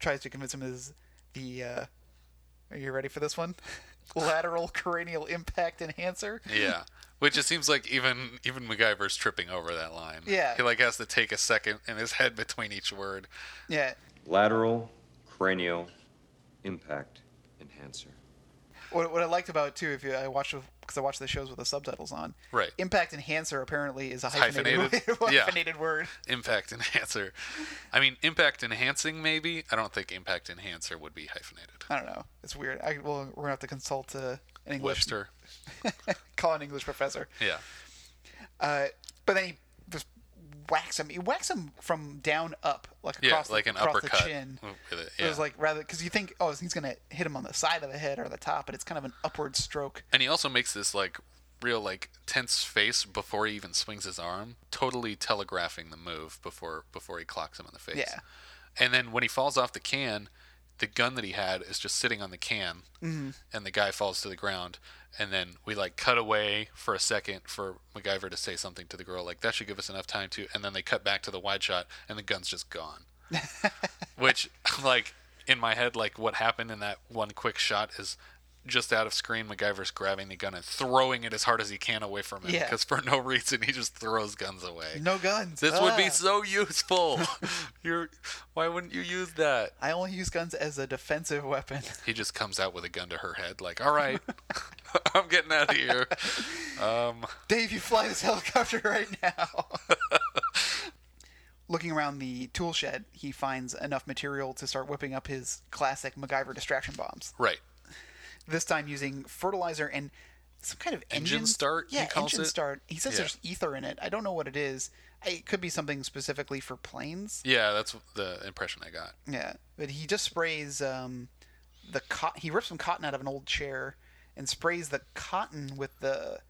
Speaker 2: tries to convince him is the. Uh, are you ready for this one? lateral cranial impact enhancer.
Speaker 1: Yeah. Which it seems like even even MacGyver's tripping over that line.
Speaker 2: Yeah.
Speaker 1: He like has to take a second and his head between each word.
Speaker 2: Yeah,
Speaker 4: Lateral cranial impact enhancer.
Speaker 2: What, what I liked about it too, if you, I watched because I watched the shows with the subtitles on,
Speaker 1: Right.
Speaker 2: Impact enhancer apparently is a hyphenated
Speaker 1: hyphenated.
Speaker 2: word-
Speaker 1: Yeah.
Speaker 2: hyphenated word.
Speaker 1: Impact enhancer. I mean impact enhancing maybe. I don't think impact enhancer would be hyphenated.
Speaker 2: I don't know. It's weird. I, well, we're gonna have to consult uh, an English
Speaker 1: Webster.
Speaker 2: call an English professor.
Speaker 1: Yeah.
Speaker 2: Uh, but then he just whacks him. He whacks him from down up, like
Speaker 1: Yeah,
Speaker 2: across
Speaker 1: like
Speaker 2: the,
Speaker 1: an
Speaker 2: across
Speaker 1: uppercut.
Speaker 2: the chin.
Speaker 1: With it,
Speaker 2: It
Speaker 1: yeah.
Speaker 2: was like rather because you think, oh, he's gonna hit him on the side of the head or the top, but it's kind of an upward stroke.
Speaker 1: And he also makes this like real like tense face before he even swings his arm, totally telegraphing the move before before he clocks him in the face.
Speaker 2: Yeah.
Speaker 1: And then when he falls off the can, the gun that he had is just sitting on the can, and the guy falls to the ground. And then we like cut away for a second for MacGyver to say something to the girl, like that should give us enough time to. And then they cut back to the wide shot, and the gun's just gone. Which, like, in my head, like what happened in that one quick shot is just out of screen. MacGyver's grabbing the gun and throwing it as hard as he can away from him
Speaker 2: Yeah.
Speaker 1: because for no reason he just throws guns away.
Speaker 2: No guns.
Speaker 1: This would be
Speaker 2: Ah.
Speaker 1: so useful. You're, why wouldn't you use that?
Speaker 2: I only use guns as a defensive weapon.
Speaker 1: He just comes out with a gun to her head, like, "All right, I'm getting out of here." Um,
Speaker 2: Dave, you fly this helicopter right now. Looking around the tool shed, he finds enough material to start whipping up his classic MacGyver distraction bombs.
Speaker 1: right.
Speaker 2: This time using fertilizer and some kind of
Speaker 1: Engine start, he
Speaker 2: Yeah,
Speaker 1: calls
Speaker 2: engine
Speaker 1: it?
Speaker 2: start. He says
Speaker 1: Yeah.
Speaker 2: there's ether in it. I don't know what it is. I- It could be something specifically for planes.
Speaker 1: Yeah, that's the impression I got.
Speaker 2: Yeah, but he just sprays um, the cotton. He rips some cotton out of an old chair and sprays the cotton with the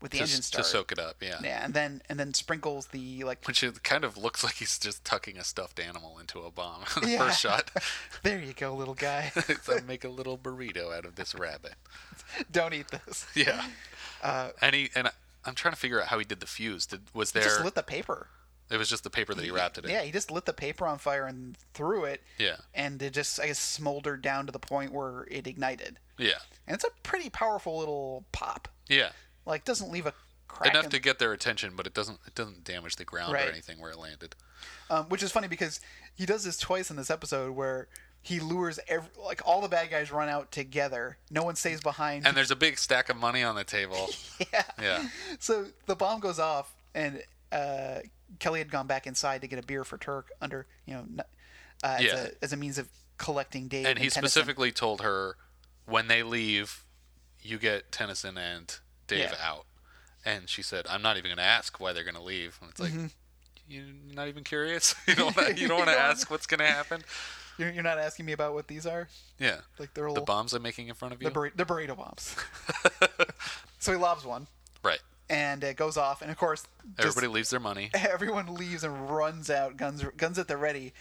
Speaker 2: with the
Speaker 1: To,
Speaker 2: engine
Speaker 1: s- to
Speaker 2: start.
Speaker 1: soak it up, yeah.
Speaker 2: Yeah, and then and then sprinkles the like.
Speaker 1: Which it kind of looks like he's just tucking a stuffed animal into a bomb in the
Speaker 2: Yeah.
Speaker 1: first shot.
Speaker 2: There you go, little guy.
Speaker 1: It's like make a little burrito out of this rabbit.
Speaker 2: Don't eat this.
Speaker 1: Yeah.
Speaker 2: Uh,
Speaker 1: and he and I, I'm trying to figure out how he did the fuse. Did was there?
Speaker 2: Just lit the paper.
Speaker 1: it was just the paper that he wrapped it in.
Speaker 2: Yeah, he just lit the paper on fire and threw it.
Speaker 1: Yeah.
Speaker 2: And it just I guess smoldered down to the point where it ignited.
Speaker 1: Yeah.
Speaker 2: And it's a pretty powerful little pop.
Speaker 1: Yeah.
Speaker 2: Like doesn't leave a crack.
Speaker 1: Enough
Speaker 2: in-
Speaker 1: to get their attention, but it doesn't it doesn't damage the ground
Speaker 2: Right.
Speaker 1: or anything where it landed.
Speaker 2: um, which is funny because he does this twice in this episode where he lures every like all the bad guys run out together. No one stays behind.
Speaker 1: And there's a big stack of money on the table.
Speaker 2: yeah.
Speaker 1: Yeah.
Speaker 2: So the bomb goes off, and uh, Kelly had gone back inside to get a beer for Turk under you know n- uh, as,
Speaker 1: Yeah.
Speaker 2: a, as a means of collecting Dave.
Speaker 1: And he
Speaker 2: Tennyson.
Speaker 1: specifically told her when they leave, you get Tennyson and Dave
Speaker 2: Yeah.
Speaker 1: out. And she said, I'm not even going to ask why they're going to leave. And it's like,
Speaker 2: Mm-hmm.
Speaker 1: you're not even curious? you don't wanna, you don't want to ask what's going to happen?
Speaker 2: You're, you're not asking me about what these are,
Speaker 1: Yeah.
Speaker 2: like they're
Speaker 1: the
Speaker 2: little
Speaker 1: bombs I'm making in front of you?
Speaker 2: the, bur- the burrito bombs. so he lobs one,
Speaker 1: right.
Speaker 2: and it goes off, and of course, just
Speaker 1: Everybody leaves their money.
Speaker 2: everyone leaves and runs out, guns guns at the ready,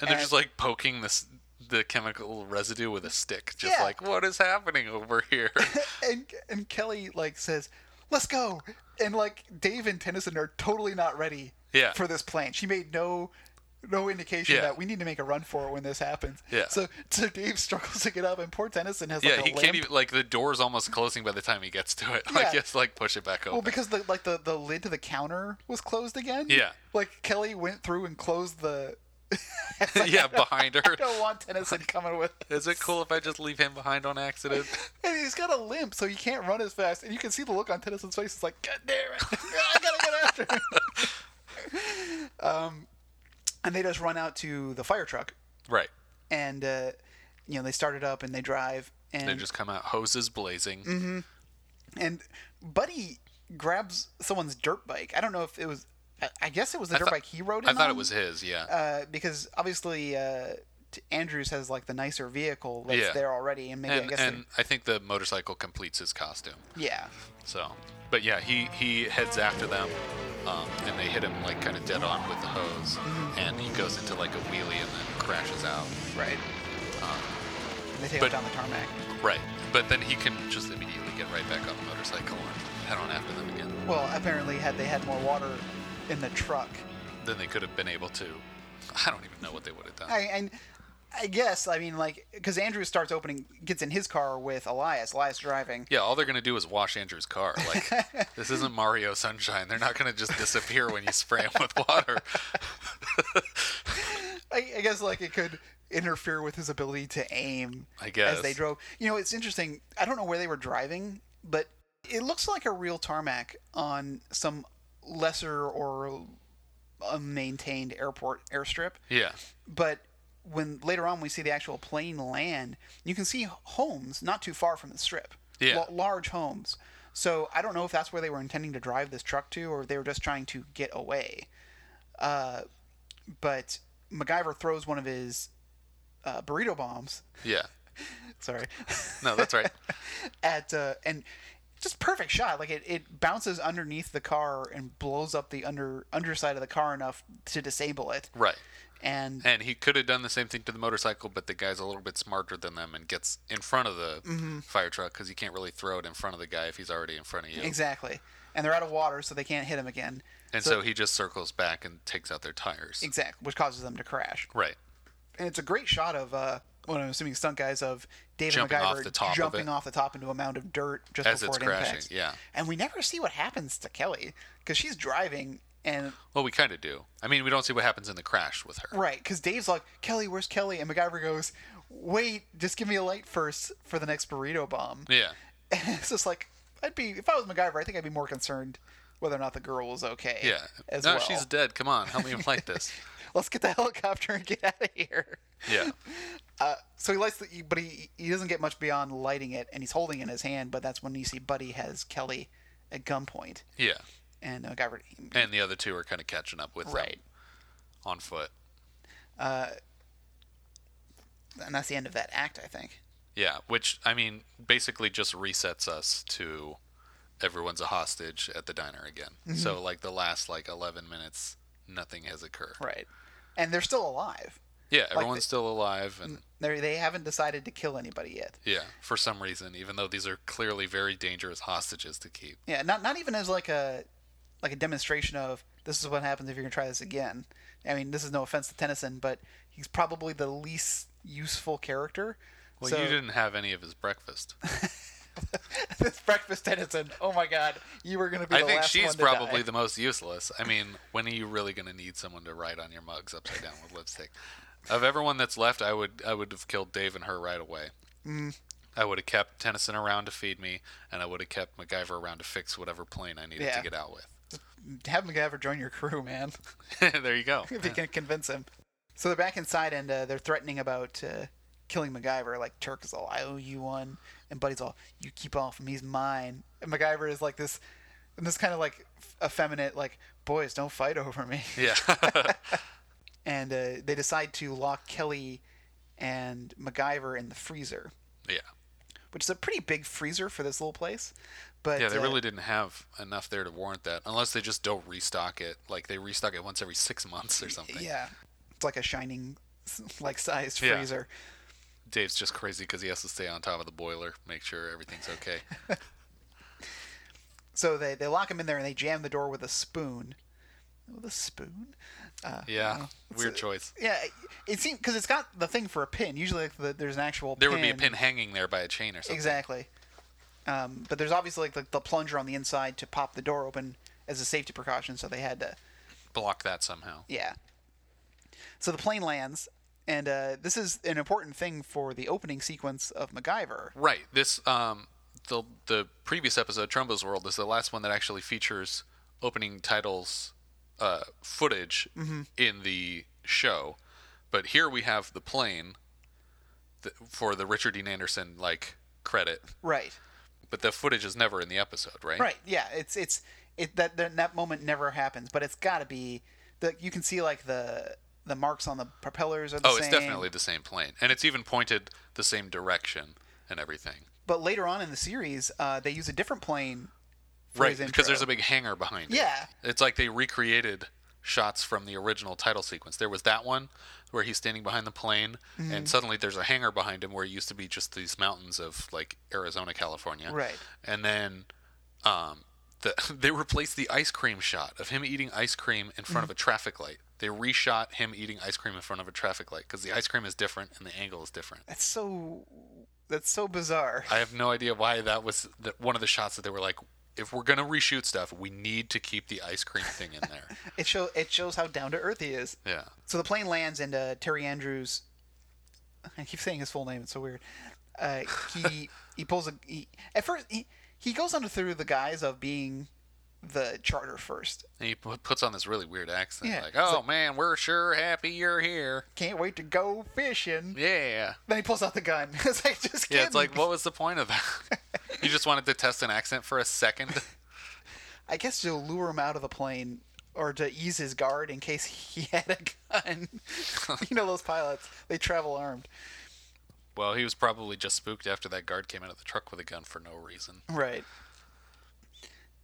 Speaker 1: And they're just like poking this the chemical residue with a stick. Just
Speaker 2: Yeah.
Speaker 1: like, what is happening over here?
Speaker 2: and and Kelly like says, "Let's go." And like Dave and Tennyson are totally not ready
Speaker 1: Yeah.
Speaker 2: for this plan. She made no no indication
Speaker 1: Yeah.
Speaker 2: that we need to make a run for it when this happens.
Speaker 1: Yeah.
Speaker 2: So so Dave struggles to get up, and poor Tennyson has like
Speaker 1: yeah,
Speaker 2: a
Speaker 1: he
Speaker 2: limp.
Speaker 1: can't even, like, the door's almost closing by the time he gets to it.
Speaker 2: Yeah.
Speaker 1: Like, just like push it back open.
Speaker 2: Well, because the like the the lid to the counter was closed again.
Speaker 1: Yeah.
Speaker 2: Like Kelly went through and closed the.
Speaker 1: yeah, behind her.
Speaker 2: I don't want Tennyson coming with.
Speaker 1: Is it cool if I just leave him behind on accident?
Speaker 2: And he's got a limp, so he can't run as fast. And you can see the look on Tennyson's face. It's like, God damn it! I gotta get after him. um, and they just run out to the fire truck,
Speaker 1: right.
Speaker 2: and uh, you know they start it up and they drive, and
Speaker 1: They just come out hoses blazing.
Speaker 2: and Buddy grabs someone's dirt bike. I don't know if it was. I- I guess it was the dirt
Speaker 1: thought-
Speaker 2: bike he rode.
Speaker 1: I
Speaker 2: in
Speaker 1: thought
Speaker 2: on,
Speaker 1: it was his, yeah.
Speaker 2: uh, because obviously uh, t- Andrews has like the nicer vehicle that's
Speaker 1: Yeah.
Speaker 2: there already, and maybe I
Speaker 1: and
Speaker 2: guess
Speaker 1: and I think the motorcycle completes his costume.
Speaker 2: they- yeah,
Speaker 1: So, but yeah, he he heads after them, um, and they hit him like kind of dead on with the hose,
Speaker 2: Mm-hmm.
Speaker 1: and he goes into like a wheelie and then crashes out.
Speaker 2: right. they
Speaker 1: Um,
Speaker 2: take
Speaker 1: but-
Speaker 2: him down the tarmac.
Speaker 1: Right. But then he can just immediately get right back on the motorcycle and head on after them again.
Speaker 2: Well, apparently, had they had more water in the truck,
Speaker 1: Then they could have been able to. I don't even know what they would have done.
Speaker 2: I, I I guess I mean like because Andrew starts opening, gets in his car with Elias. Elias driving.
Speaker 1: Yeah, all they're gonna do is wash Andrew's car. Like this isn't Mario Sunshine. They're not gonna just disappear when you spray them with water.
Speaker 2: I, I guess like it could interfere with his ability to aim.
Speaker 1: I guess.
Speaker 2: as they drove. You know, it's interesting. I don't know where they were driving, but it looks like a real tarmac on some lesser or unmaintained airport airstrip.
Speaker 1: yeah,
Speaker 2: But when later on we see the actual plane land, you can see homes not too far from the strip.
Speaker 1: Yeah.
Speaker 2: L- large homes. So I don't know if that's where they were intending to drive this truck to, or if they were just trying to get away. Uh, but MacGyver throws one of his uh, burrito bombs.
Speaker 1: yeah.
Speaker 2: Sorry.
Speaker 1: No, that's right.
Speaker 2: at uh, and just perfect shot. Like it, it bounces underneath the car and blows up the under underside of the car enough to disable it.
Speaker 1: Right.
Speaker 2: And
Speaker 1: And he could have done the same thing to the motorcycle, but the guy's a little bit smarter than them and gets in front of the
Speaker 2: Mm-hmm.
Speaker 1: fire truck because you can't really throw it in front of the guy if he's already in front of you.
Speaker 2: exactly. And they're out of water, so they can't hit him again.
Speaker 1: And so, he just circles back and takes out their tires.
Speaker 2: Exactly, which causes them to crash.
Speaker 1: right.
Speaker 2: And it's a great shot of uh, what I'm assuming stunt guys of David
Speaker 1: Jumping
Speaker 2: MacGyver
Speaker 1: off the top of
Speaker 2: jumping
Speaker 1: it.
Speaker 2: off the top into a mound of dirt just
Speaker 1: As
Speaker 2: before
Speaker 1: it's
Speaker 2: it
Speaker 1: crashing,
Speaker 2: impacts.
Speaker 1: yeah.
Speaker 2: And we never see what happens to Kelly because she's driving and
Speaker 1: Well, we kind of do. I mean, we don't see what happens in the crash with her.
Speaker 2: Right, because Dave's like, Kelly, where's Kelly? And MacGyver goes, wait, just give me a light first for the next burrito bomb.
Speaker 1: Yeah.
Speaker 2: And it's just like, I'd be, if I was MacGyver, I think I'd be more concerned whether or not the girl was okay.
Speaker 1: Yeah.
Speaker 2: As
Speaker 1: no,
Speaker 2: well.
Speaker 1: she's dead. Come on, help me light this.
Speaker 2: Let's get the helicopter and get out of here.
Speaker 1: Yeah.
Speaker 2: So he lights the, but he, he doesn't get much beyond lighting it, and he's holding it in his hand, but that's when you see Buddy has Kelly at gunpoint.
Speaker 1: Yeah.
Speaker 2: And uh, MacGyver,
Speaker 1: And the other two are kind of catching up with them
Speaker 2: Right.
Speaker 1: on foot.
Speaker 2: and that's the end of that act, I think.
Speaker 1: Yeah, which I mean basically just resets us to everyone's a hostage at the diner again.
Speaker 2: Mm-hmm.
Speaker 1: So like the last like 11 minutes nothing has occurred.
Speaker 2: Right. And they're still alive.
Speaker 1: Yeah, everyone's still alive and
Speaker 2: They're, they haven't decided to kill anybody yet.
Speaker 1: yeah, for some reason even though these are clearly very dangerous hostages to keep.
Speaker 2: Yeah, not not even as like a like a demonstration of this is what happens if you're gonna try this again. I mean, this is no offense to Tennyson, but he's probably the least useful character.
Speaker 1: Well,
Speaker 2: so,
Speaker 1: you didn't have any of his breakfast.
Speaker 2: this breakfast Tennyson. Oh my God, you were gonna be.
Speaker 1: I
Speaker 2: the
Speaker 1: think
Speaker 2: last
Speaker 1: she's
Speaker 2: one to
Speaker 1: probably
Speaker 2: die.
Speaker 1: the most useless. I mean, when are you really going to need someone to write on your mugs upside down with lipstick? Of everyone that's left, I would I would have killed Dave and her right away.
Speaker 2: Mm.
Speaker 1: I would have kept Tennyson around to feed me, and I would have kept MacGyver around to fix whatever plane I needed
Speaker 2: Yeah.
Speaker 1: to get out with.
Speaker 2: Have MacGyver join your crew, man.
Speaker 1: there you go.
Speaker 2: if you can convince him. So they're back inside and uh, they're threatening about uh, killing MacGyver. Like Turk is all, "I owe you one," and Buddy's all, "You keep off him, he's mine." And MacGyver is like this, and this kind of like effeminate, like, "Boys, don't fight over me."
Speaker 1: Yeah,
Speaker 2: And uh, they decide to lock Kelly and MacGyver in the freezer,
Speaker 1: yeah,
Speaker 2: which is a pretty big freezer for this little place. But
Speaker 1: yeah. They
Speaker 2: uh,
Speaker 1: really didn't have enough there to warrant that, unless they just don't restock it. Like they restock it once every six months or something.
Speaker 2: yeah, it's like a shining, like sized
Speaker 1: Yeah.
Speaker 2: freezer.
Speaker 1: Dave's just crazy because he has to stay on top of the boiler, make sure everything's okay.
Speaker 2: So they, they lock him in there and they jam the door with a spoon. With a spoon?
Speaker 1: yeah, weird choice.
Speaker 2: Yeah, it- it seems because it's got the thing for a pin. Usually, like the, there's an actual.
Speaker 1: There would be a pin hanging there by a chain or something.
Speaker 2: Exactly. Um, but there's obviously like the, the plunger on the inside to pop the door open as a safety precaution. So they had to.
Speaker 1: Block that somehow.
Speaker 2: Yeah. So the plane lands, and uh, this is an important thing for the opening sequence of MacGyver.
Speaker 1: Right. This um the the previous episode, Trumbo's World, is the last one that actually features opening titles uh footage in the show. But here we have the plane th- for the Richard Dean Anderson like credit.
Speaker 2: Right.
Speaker 1: But the footage is never in the episode, right?
Speaker 2: Right. Yeah. It's it's it that that, that moment never happens, but it's got to be that you can see like the the marks on the propellers are the
Speaker 1: Oh,
Speaker 2: same.
Speaker 1: it's definitely the same plane. And it's even pointed the same direction and everything.
Speaker 2: But later on in the series, uh, they use a different plane. For
Speaker 1: right
Speaker 2: his
Speaker 1: because there's
Speaker 2: intro.
Speaker 1: a big hanger behind it
Speaker 2: Yeah.
Speaker 1: it's like they recreated shots from the original title sequence there was that one where he's standing behind the plane
Speaker 2: Mm-hmm.
Speaker 1: and suddenly there's a hanger behind him where it used to be just these mountains of like arizona california
Speaker 2: Right.
Speaker 1: and then um, the, they replaced the ice cream shot of him eating ice cream in
Speaker 2: Mm-hmm.
Speaker 1: front of a traffic light. They reshot him eating ice cream in front of a traffic light because the ice cream is different and the angle is different.
Speaker 2: That's so. That's so bizarre.
Speaker 1: I have no idea why that was the, one of the shots that they were like, if we're gonna reshoot stuff, we need to keep the ice cream thing in there.
Speaker 2: It show it shows how down to earth he is.
Speaker 1: yeah,
Speaker 2: So the plane lands, and uh, Terry Andrews. I keep saying his full name. It's so weird. Uh, he he pulls a. He, at first, he he goes under through the guise of being the charter first.
Speaker 1: and he pu- puts on this really weird accent,
Speaker 2: Yeah,
Speaker 1: like,
Speaker 2: it's
Speaker 1: "Oh man, we're sure happy you're here."
Speaker 2: Can't wait to go fishing.
Speaker 1: Yeah,
Speaker 2: Then he pulls out the gun. it's like just
Speaker 1: yeah. It's
Speaker 2: kidding.
Speaker 1: like, what was the point of that? you just wanted to test an accent for a second.
Speaker 2: I guess to lure him out of the plane or to ease his guard in case he had a gun. you know those pilots, they travel armed.
Speaker 1: Well, he was probably just spooked after that guard came out of the truck with a gun for no reason.
Speaker 2: Right.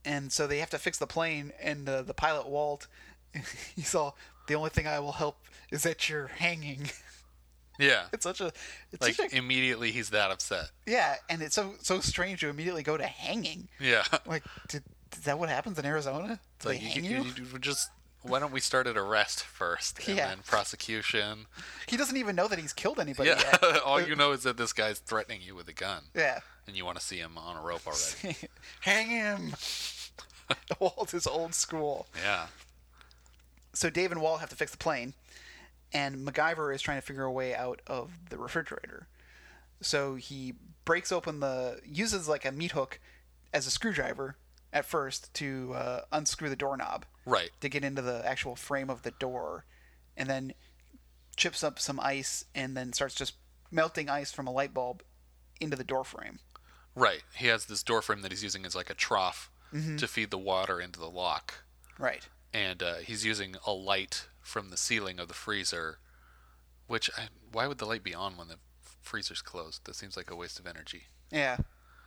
Speaker 2: And so they have to fix the plane, and uh, the pilot Walt, he's all, "The only thing I will help is that you're hanging."
Speaker 1: Yeah,
Speaker 2: It's such a, it's
Speaker 1: like
Speaker 2: such a,
Speaker 1: immediately he's that upset.
Speaker 2: yeah, and it's so so strange to immediately go to hanging.
Speaker 1: Yeah,
Speaker 2: Like, did, is that what happens in Arizona? Do
Speaker 1: like
Speaker 2: they
Speaker 1: you,
Speaker 2: hang you?
Speaker 1: you- you would just why don't we start at arrest first and
Speaker 2: Yeah.
Speaker 1: then prosecution?
Speaker 2: He doesn't even know that he's killed anybody
Speaker 1: Yeah,
Speaker 2: yet.
Speaker 1: all you know is that this guy's threatening you with a gun,
Speaker 2: yeah.
Speaker 1: and you want to see him on a rope already.
Speaker 2: Hang him. Walt is old school.
Speaker 1: Yeah,
Speaker 2: So Dave and Walt have to fix the plane, and MacGyver is trying to figure a way out of the refrigerator. So he breaks open the uses like a meat hook as a screwdriver at first to uh, unscrew the doorknob
Speaker 1: right.
Speaker 2: to get into the actual frame of the door, and then chips up some ice and then starts just melting ice from a light bulb into the door frame.
Speaker 1: Right. He has this door frame that he's using as like a trough to feed the water into the lock.
Speaker 2: Right.
Speaker 1: And uh, he's using a light from the ceiling of the freezer, which I, why would the light be on when the freezer's closed? That seems like a waste of energy.
Speaker 2: Yeah,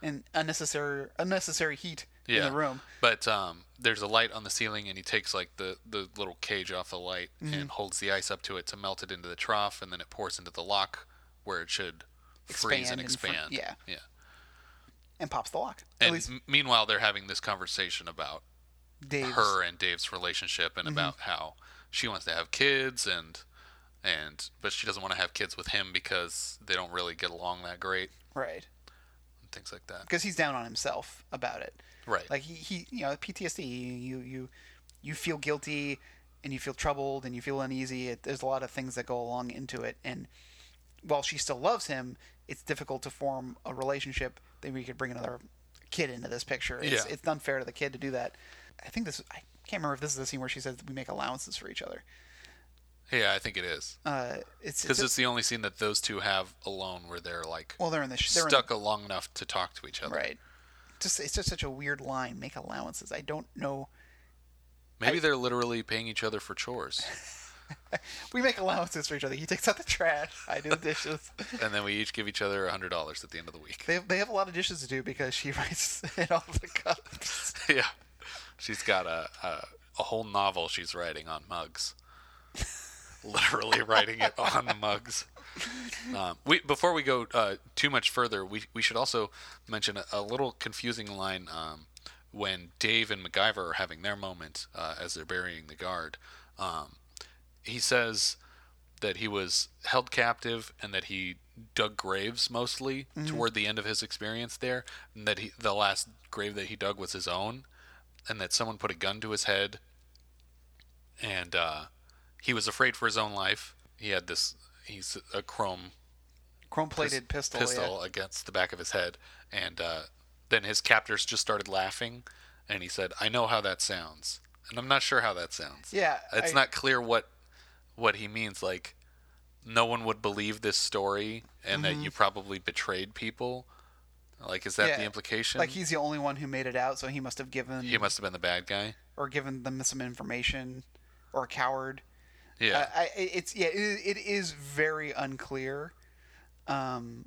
Speaker 2: and unnecessary unnecessary heat
Speaker 1: Yeah.
Speaker 2: in the room.
Speaker 1: But um, there's a light on the ceiling, and he takes like the, the little cage off the light
Speaker 2: Mm-hmm.
Speaker 1: and holds the ice up to it to melt it into the trough, and then it pours into the lock where it should freeze
Speaker 2: Expand
Speaker 1: and
Speaker 2: and fr-
Speaker 1: expand.
Speaker 2: yeah.
Speaker 1: Yeah.
Speaker 2: and pops the lock. At
Speaker 1: And
Speaker 2: least
Speaker 1: m- meanwhile, they're having this conversation about
Speaker 2: Dave's.
Speaker 1: her and Dave's relationship
Speaker 2: Mm-hmm.
Speaker 1: and about how she wants to have kids and and but she doesn't want to have kids with him because they don't really get along that great
Speaker 2: Right.
Speaker 1: and things like that.
Speaker 2: Because he's down on himself about it.
Speaker 1: Right.
Speaker 2: Like he, he you know, PTSD, you you you feel guilty and you feel troubled and you feel uneasy. It, there's a lot of things that go along into it and while she still loves him, it's difficult to form a relationship. Then we could bring another kid into this picture. It's,
Speaker 1: Yeah.
Speaker 2: it's unfair to the kid to do that. I think this I can't remember if this is the scene where she says we make allowances for each other.
Speaker 1: yeah, I think it is.
Speaker 2: Uh, it's,
Speaker 1: Cuz
Speaker 2: it's,
Speaker 1: it's the only scene that those two have alone where they're like
Speaker 2: well, they're in the sh- they're in the-
Speaker 1: stuck long enough to talk to each other.
Speaker 2: Right. Just it's just such a weird line. Make allowances. I don't know.
Speaker 1: Maybe they're literally paying each other for chores
Speaker 2: We make allowances for each other. He takes out the trash. I do the dishes.
Speaker 1: and then we each give each other $100 at the end of the week.
Speaker 2: they, have, they have a lot of dishes to do because she writes in all the cups.
Speaker 1: yeah. She's got a, a a whole novel she's writing on mugs. Literally writing it on the mugs. Um, we before we go uh, too much further, we we should also mention a, a little confusing line um, when Dave and MacGyver are having their moment uh, as they're burying the guard. Um, he says that he was held captive and that he dug graves mostly toward the end of his experience there, and that he, the last grave that he dug was his own, and that someone put a gun to his head, and uh, he was afraid for his own life. He had this. He's a chrome
Speaker 2: Chrome
Speaker 1: pis-
Speaker 2: plated pistol.
Speaker 1: pistol against the back of his head, and uh, then his captors just started laughing, and he said, "I know how that sounds, and I'm not sure how that sounds.
Speaker 2: Yeah,
Speaker 1: it's
Speaker 2: I-
Speaker 1: not clear what what he means. Like, no one would believe this story, and that you probably betrayed people. Like, is that
Speaker 2: Mm-hmm. Yeah,
Speaker 1: the implication?
Speaker 2: Yeah. Like he's the only one who made it out, so he must have given
Speaker 1: he must have been the bad guy.
Speaker 2: or given them some information, or a coward.
Speaker 1: Yeah,
Speaker 2: I, I, it's yeah, it, it is very unclear, um,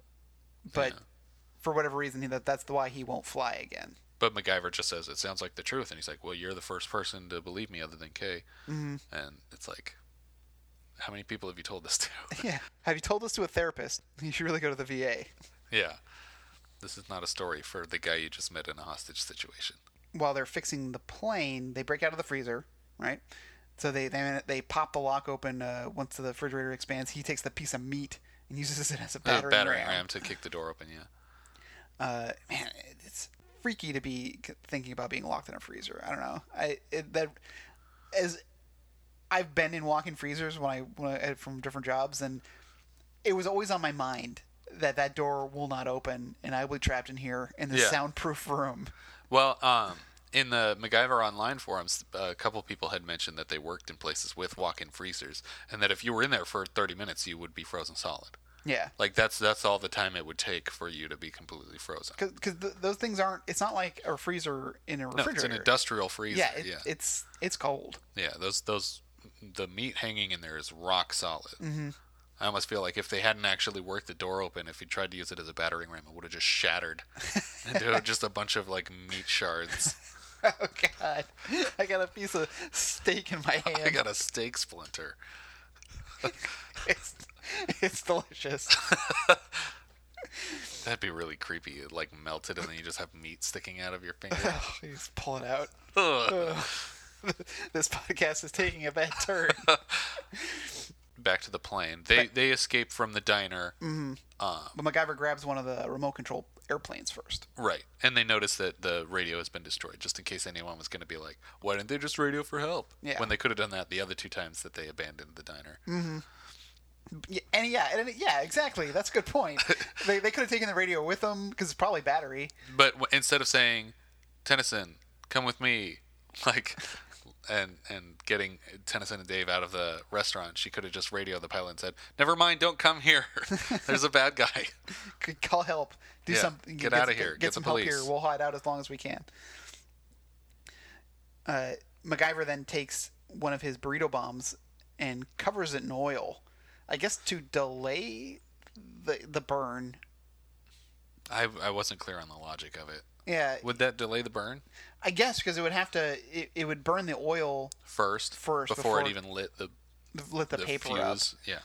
Speaker 2: but for whatever reason, that that's why he won't fly again.
Speaker 1: but MacGyver just says it sounds like the truth, and he's like, "Well, you're the first person to believe me, other than Kay,"
Speaker 2: Mm-hmm.
Speaker 1: and it's like. How many people have you told this to?
Speaker 2: Yeah. Have you told this to a therapist? You should really go to the VA.
Speaker 1: Yeah. This is not a story for the guy you just met in a hostage situation.
Speaker 2: while they're fixing the plane, they break out of the freezer, right? So they they, they pop the lock open. Uh, once the refrigerator expands, he takes the piece of meat and uses it as a
Speaker 1: Uh,
Speaker 2: battering,
Speaker 1: battering
Speaker 2: ram.
Speaker 1: ram to kick the door open, yeah.
Speaker 2: Uh, man, it's freaky to be c- thinking about being locked in a freezer. I don't know. I it, that as I've been in walk-in freezers when I, when I from different jobs, and it was always on my mind that that door will not open, and I will be trapped in here in this
Speaker 1: Yeah.
Speaker 2: soundproof room.
Speaker 1: Well, um, in the MacGyver Online forums, a couple people had mentioned that they worked in places with walk-in freezers, and that if you were in there for 30 minutes, you would be frozen solid.
Speaker 2: Yeah.
Speaker 1: Like that's that's all the time it would take for you to be completely frozen.
Speaker 2: because th- those things aren't. It's not like a freezer in a
Speaker 1: No,
Speaker 2: refrigerator.
Speaker 1: it's an industrial freezer.
Speaker 2: Yeah, it,
Speaker 1: yeah,
Speaker 2: it's it's cold.
Speaker 1: yeah. Those those the meat hanging in there is rock solid. Mm-hmm. I almost feel like if they hadn't actually worked the door open, if you tried to use it as a battering ram, it would have just shattered into just a bunch of like meat shards.
Speaker 2: Oh God, I got a piece of steak in my hand.
Speaker 1: I got a steak splinter.
Speaker 2: It's it's delicious.
Speaker 1: That'd be really creepy. It like melted and then you just have meat sticking out of your finger.
Speaker 2: Please pull it Oh, out.
Speaker 1: Ugh.
Speaker 2: This podcast is taking a bad turn.
Speaker 1: Back to the plane. They they escape from the diner.
Speaker 2: But MacGyver grabs one of the remote control airplanes first.
Speaker 1: Right. And they notice that the radio has been destroyed, just in case anyone was going to be like, why didn't they just radio for help?
Speaker 2: Yeah.
Speaker 1: When they could have done that the other two times that they abandoned the diner.
Speaker 2: Yeah, and yeah, and yeah, exactly. That's a good point. they they could have taken the radio with them because it's probably battery.
Speaker 1: But w- instead of saying, Tennyson, come with me, like, and and getting Tennyson and Dave out of the restaurant, she could have just radioed the pilot and said, never mind, don't come here. There's a bad guy.
Speaker 2: Could call help. Do
Speaker 1: Yeah,
Speaker 2: something.
Speaker 1: get outta here,
Speaker 2: Get,
Speaker 1: get the
Speaker 2: some help
Speaker 1: police.
Speaker 2: here. We'll hide out as long as we can. Uh, MacGyver then takes one of his burrito bombs and covers it in oil, I guess to delay the the burn.
Speaker 1: I, I wasn't clear on the logic of it.
Speaker 2: Yeah,
Speaker 1: Would that delay the burn
Speaker 2: I guess because it would have to. It, it would burn the oil,
Speaker 1: first?
Speaker 2: First,
Speaker 1: Before, it
Speaker 2: before-
Speaker 1: even lit the,
Speaker 2: lit the,
Speaker 1: the
Speaker 2: paper
Speaker 1: fuse?
Speaker 2: up.
Speaker 1: Yeah.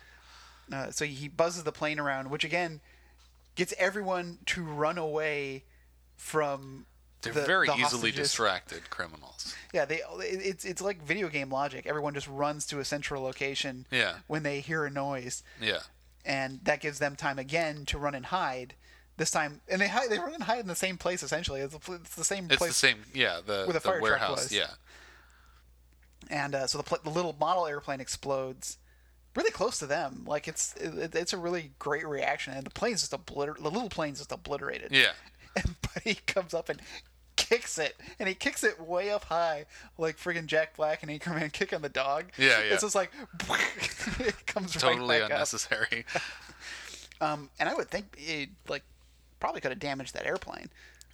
Speaker 2: Uh, so he buzzes the plane around, which again gets everyone to run away from.
Speaker 1: They're
Speaker 2: the-
Speaker 1: very
Speaker 2: the
Speaker 1: easily
Speaker 2: hostages.
Speaker 1: distracted criminals.
Speaker 2: Yeah, they oh, it- it's it's like video game logic. Everyone just runs to a central location
Speaker 1: Yeah.
Speaker 2: when they hear a noise,
Speaker 1: Yeah.
Speaker 2: and that gives them time again to run and hide. This time, and they hide. They run and hide in the same place essentially. It's, the- it's the same
Speaker 1: It's
Speaker 2: place.
Speaker 1: the same. Yeah. The,
Speaker 2: Where the
Speaker 1: the,
Speaker 2: fire truck
Speaker 1: warehouse.
Speaker 2: was.
Speaker 1: Yeah.
Speaker 2: And uh, so the pl- the little model airplane explodes really close to them. Like it's it, it's a really great reaction, and the plane's just obliter. The little plane's just obliterated.
Speaker 1: Yeah.
Speaker 2: And Buddy comes up and kicks it, and he kicks it way up high, like friggin' Jack Black and Anchorman kick on the dog.
Speaker 1: Yeah, yeah.
Speaker 2: It's just like it comes
Speaker 1: Totally
Speaker 2: right back up.
Speaker 1: unnecessary.
Speaker 2: Um, and I would think it like probably could have damaged that airplane.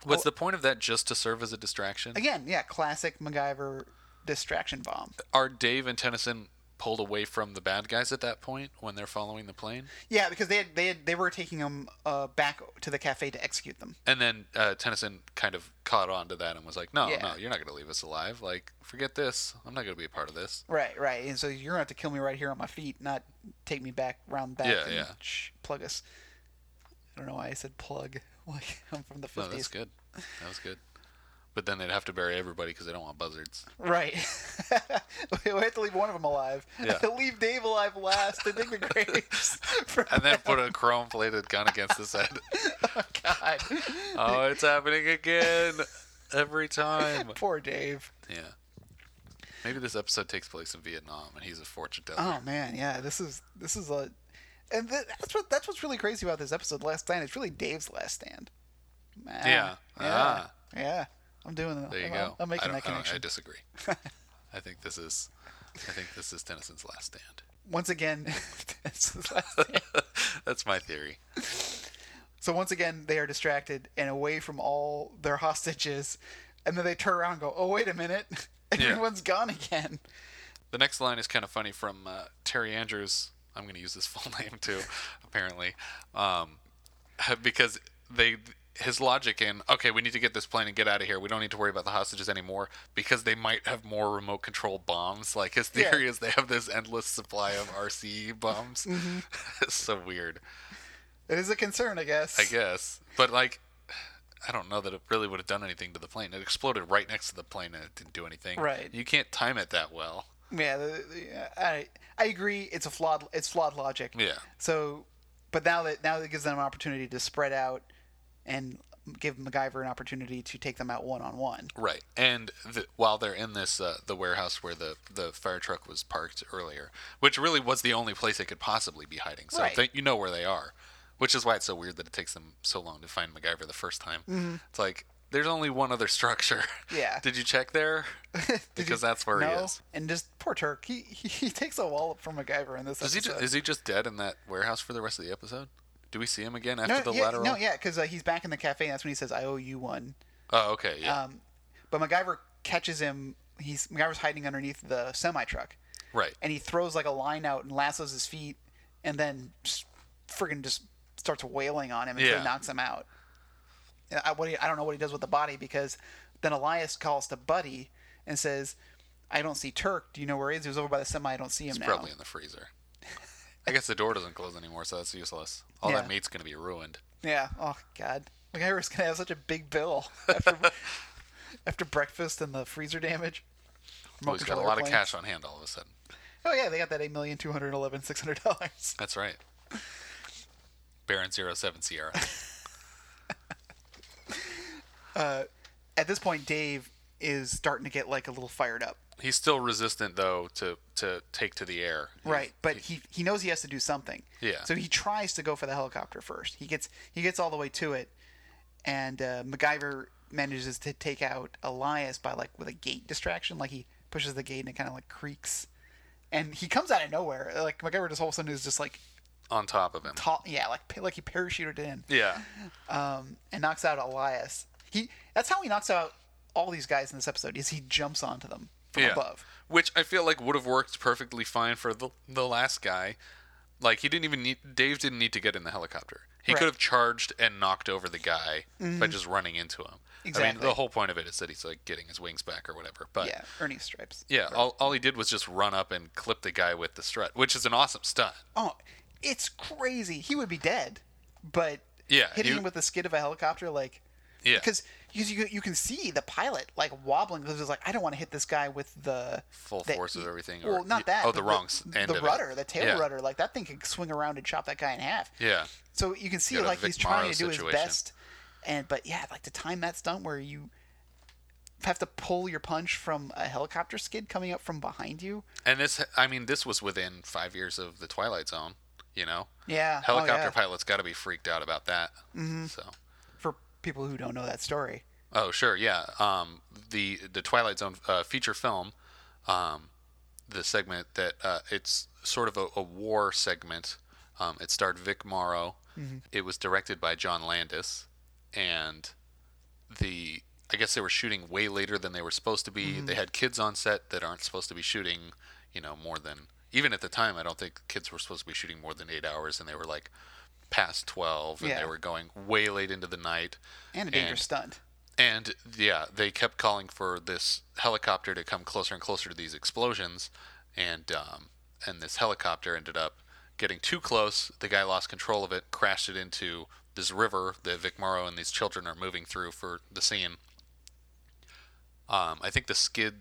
Speaker 1: Was the point of that just to serve as a distraction?
Speaker 2: Again, yeah, classic MacGyver distraction bomb.
Speaker 1: Are Dave and Tennyson pulled away from the bad guys at that point when they're following the plane?
Speaker 2: Yeah, because they had, they had, they were taking them uh, back to the cafe to execute them.
Speaker 1: And then uh, Tennyson kind of caught on to that and was like, no,
Speaker 2: Yeah.
Speaker 1: no, you're not going to leave us alive. Like, forget this. I'm not going to be a part of this.
Speaker 2: Right, right. And so you're gonna have to kill me right here on my feet, not take me back round back
Speaker 1: Yeah,
Speaker 2: and
Speaker 1: yeah.
Speaker 2: Sh- plug us. I don't know why I said plug. Like I'm from the
Speaker 1: No, that's
Speaker 2: fifties.
Speaker 1: good. That was good. But then they'd have to bury everybody because they don't want buzzards.
Speaker 2: Right. we have to leave one of them alive.
Speaker 1: Yeah.
Speaker 2: leave Dave alive last and dig the graves. For
Speaker 1: And then put a chrome plated gun against his head.
Speaker 2: God.
Speaker 1: Oh, it's happening again. Every time.
Speaker 2: Poor Dave.
Speaker 1: Yeah. Maybe this episode takes place in Vietnam and he's a fortune teller.
Speaker 2: Oh man, yeah. This is this is a, and th- that's what that's what's really crazy about this episode. Last stand. It's really Dave's last stand. Ah,
Speaker 1: Yeah.
Speaker 2: Yeah.
Speaker 1: Ah.
Speaker 2: Yeah. I'm doing that.
Speaker 1: There you
Speaker 2: I'm,
Speaker 1: go.
Speaker 2: I'm making
Speaker 1: I
Speaker 2: that
Speaker 1: don't- I don't- I
Speaker 2: connection.
Speaker 1: disagree. I think this is I think this is Tennyson's last stand.
Speaker 2: once again, that's the last stand.
Speaker 1: That's my theory.
Speaker 2: so once again they are distracted and away from all their hostages, and then they turn around and go, "Oh wait a minute, everyone's gone again."
Speaker 1: The next line is kind of funny from uh, Terry Andrews. I'm going to use his full name too, apparently, um, because they his logic in okay, we need to get this plane and get out of here. We don't need to worry about the hostages anymore because they might have more remote control bombs. Like his
Speaker 2: Yeah.
Speaker 1: theory is they have this endless supply of RCE bombs.
Speaker 2: Mm-hmm.
Speaker 1: it's so weird,
Speaker 2: It is a concern, I guess.
Speaker 1: I guess. But like, I don't know that it really would have done anything to the plane. It exploded right next to the plane and it didn't do anything.
Speaker 2: Right.
Speaker 1: You can't time it that well.
Speaker 2: Yeah, the, the, I I agree. It's a flawed it's flawed logic.
Speaker 1: Yeah.
Speaker 2: So, but now that now that gives them an opportunity to spread out and give MacGyver an opportunity to take them out one on one.
Speaker 1: Right. And the, while they're in this uh, the warehouse where the the fire truck was parked earlier, which really was the only place they could possibly be hiding. So
Speaker 2: Right.
Speaker 1: they, you know where they are, which is why it's so weird that it takes them so long to find MacGyver the first time. It's like there's only one other structure.
Speaker 2: Mm-hmm. Yeah.
Speaker 1: Did you check there? because that's where he
Speaker 2: No,
Speaker 1: is.
Speaker 2: and just poor Turk. He he, he takes a wallop from MacGyver in this
Speaker 1: Is he
Speaker 2: episode.
Speaker 1: just, is he just dead in that warehouse for the rest of the episode? Do we see him again after
Speaker 2: no,
Speaker 1: the
Speaker 2: yeah,
Speaker 1: lateral?
Speaker 2: no, yeah, because uh, he's back in the cafe. and That's when he says, "I owe you one."
Speaker 1: Oh, okay. Yeah.
Speaker 2: Um, but MacGyver catches him. He's MacGyver's hiding underneath the semi truck,
Speaker 1: right.
Speaker 2: and he throws like a line out and lassos his feet, and then just friggin' just starts wailing on him until
Speaker 1: Yeah.
Speaker 2: he knocks him out. And I, what he, I don't know what he does with the body because then Elias calls to Buddy and says, "I don't see Turk. Do you know where he is? He was over by the semi. I don't see him
Speaker 1: It's
Speaker 2: now."
Speaker 1: probably in the freezer. I guess the door doesn't close anymore, so that's useless. All
Speaker 2: Yeah.
Speaker 1: that meat's gonna be ruined.
Speaker 2: Yeah. Oh God, MacGyver's gonna have such a big bill after after breakfast and the freezer damage.
Speaker 1: Well, he's got a
Speaker 2: control
Speaker 1: lot of
Speaker 2: airplanes.
Speaker 1: cash on hand all of a sudden.
Speaker 2: Oh yeah, they got that eight million two hundred eleven six hundred dollars.
Speaker 1: That's right. Baron 07 Sierra.
Speaker 2: At this point, Dave is starting to get like a little fired up,
Speaker 1: he's still resistant though to to take to the air. He-
Speaker 2: right? But he he knows he has to do something.
Speaker 1: Yeah.
Speaker 2: So he tries to go for the helicopter first. He gets he gets all the way to it, and uh, MacGyver manages to take out Elias by like with a gate distraction. Like he pushes the gate and it kind of like creaks, and he comes out of nowhere. Like MacGyver just all of a sudden is just like
Speaker 1: on top of him.
Speaker 2: tall, yeah, like pa- like he parachuted in um,
Speaker 1: Yeah.
Speaker 2: and knocks out Elias. He that's how he knocks out all these guys in this episode. Is he jumps onto them from
Speaker 1: yeah.
Speaker 2: above?
Speaker 1: Which I feel like would have worked perfectly fine for the the last guy. Like he didn't even need Dave didn't need to get in the helicopter. He
Speaker 2: Right. Mm-hmm.
Speaker 1: could have charged and knocked over the guy by just running into him. I mean,
Speaker 2: Exactly.
Speaker 1: the whole point of it is that he's like getting his wings back or whatever. But
Speaker 2: Yeah, earning stripes.
Speaker 1: Yeah, all, all he did was just run up and clip the guy with the strut, which is an awesome stunt.
Speaker 2: Oh, it's crazy. He would be dead, but
Speaker 1: Yeah,
Speaker 2: hitting
Speaker 1: you-
Speaker 2: him with the skid of a helicopter, like
Speaker 1: Yeah.
Speaker 2: because because you you can see the pilot like wobbling because it's like I don't want to hit this guy with the
Speaker 1: Full
Speaker 2: the-
Speaker 1: force of everything, or-
Speaker 2: Well, not
Speaker 1: yeah,
Speaker 2: that.
Speaker 1: oh,
Speaker 2: but
Speaker 1: the wrong s- end
Speaker 2: the
Speaker 1: of it.
Speaker 2: rudder, the tail
Speaker 1: Yeah.
Speaker 2: rudder, like that thing can swing around and chop that guy in half.
Speaker 1: Yeah.
Speaker 2: So you can see
Speaker 1: Got a
Speaker 2: like
Speaker 1: Vic
Speaker 2: he's trying
Speaker 1: Morrow
Speaker 2: to do his
Speaker 1: situation.
Speaker 2: best, and but yeah, like to time that stunt where you have to pull your punch from a helicopter skid coming up from behind you.
Speaker 1: And this, I mean, this was within five years of the Twilight Zone, you know?
Speaker 2: Yeah. Oh,
Speaker 1: Helicopter
Speaker 2: yeah.
Speaker 1: pilots got to be freaked out about that. Mm-hmm. So,
Speaker 2: For people who don't know that story,
Speaker 1: oh, sure. Yeah. Um, the, the Twilight Zone uh, feature film, um, the segment that uh, it's sort of a, a war segment. Um, it starred Vic Morrow. It was directed by John Landis. And the I guess they were shooting way later than they were supposed to be. They had kids on set that aren't supposed to be shooting, you know, more than even at the time I don't think kids were supposed to be shooting more than 8 hours and they were like past 12 and
Speaker 2: Yeah.
Speaker 1: they were going way late into the night.
Speaker 2: and a dangerous stunt.
Speaker 1: And yeah, they kept calling for this helicopter to come closer and closer to these explosions, and um, and this helicopter ended up getting too close. The guy lost control of it, crashed it into this river that Vic Morrow and these children are moving through for the scene. Um, I think the skid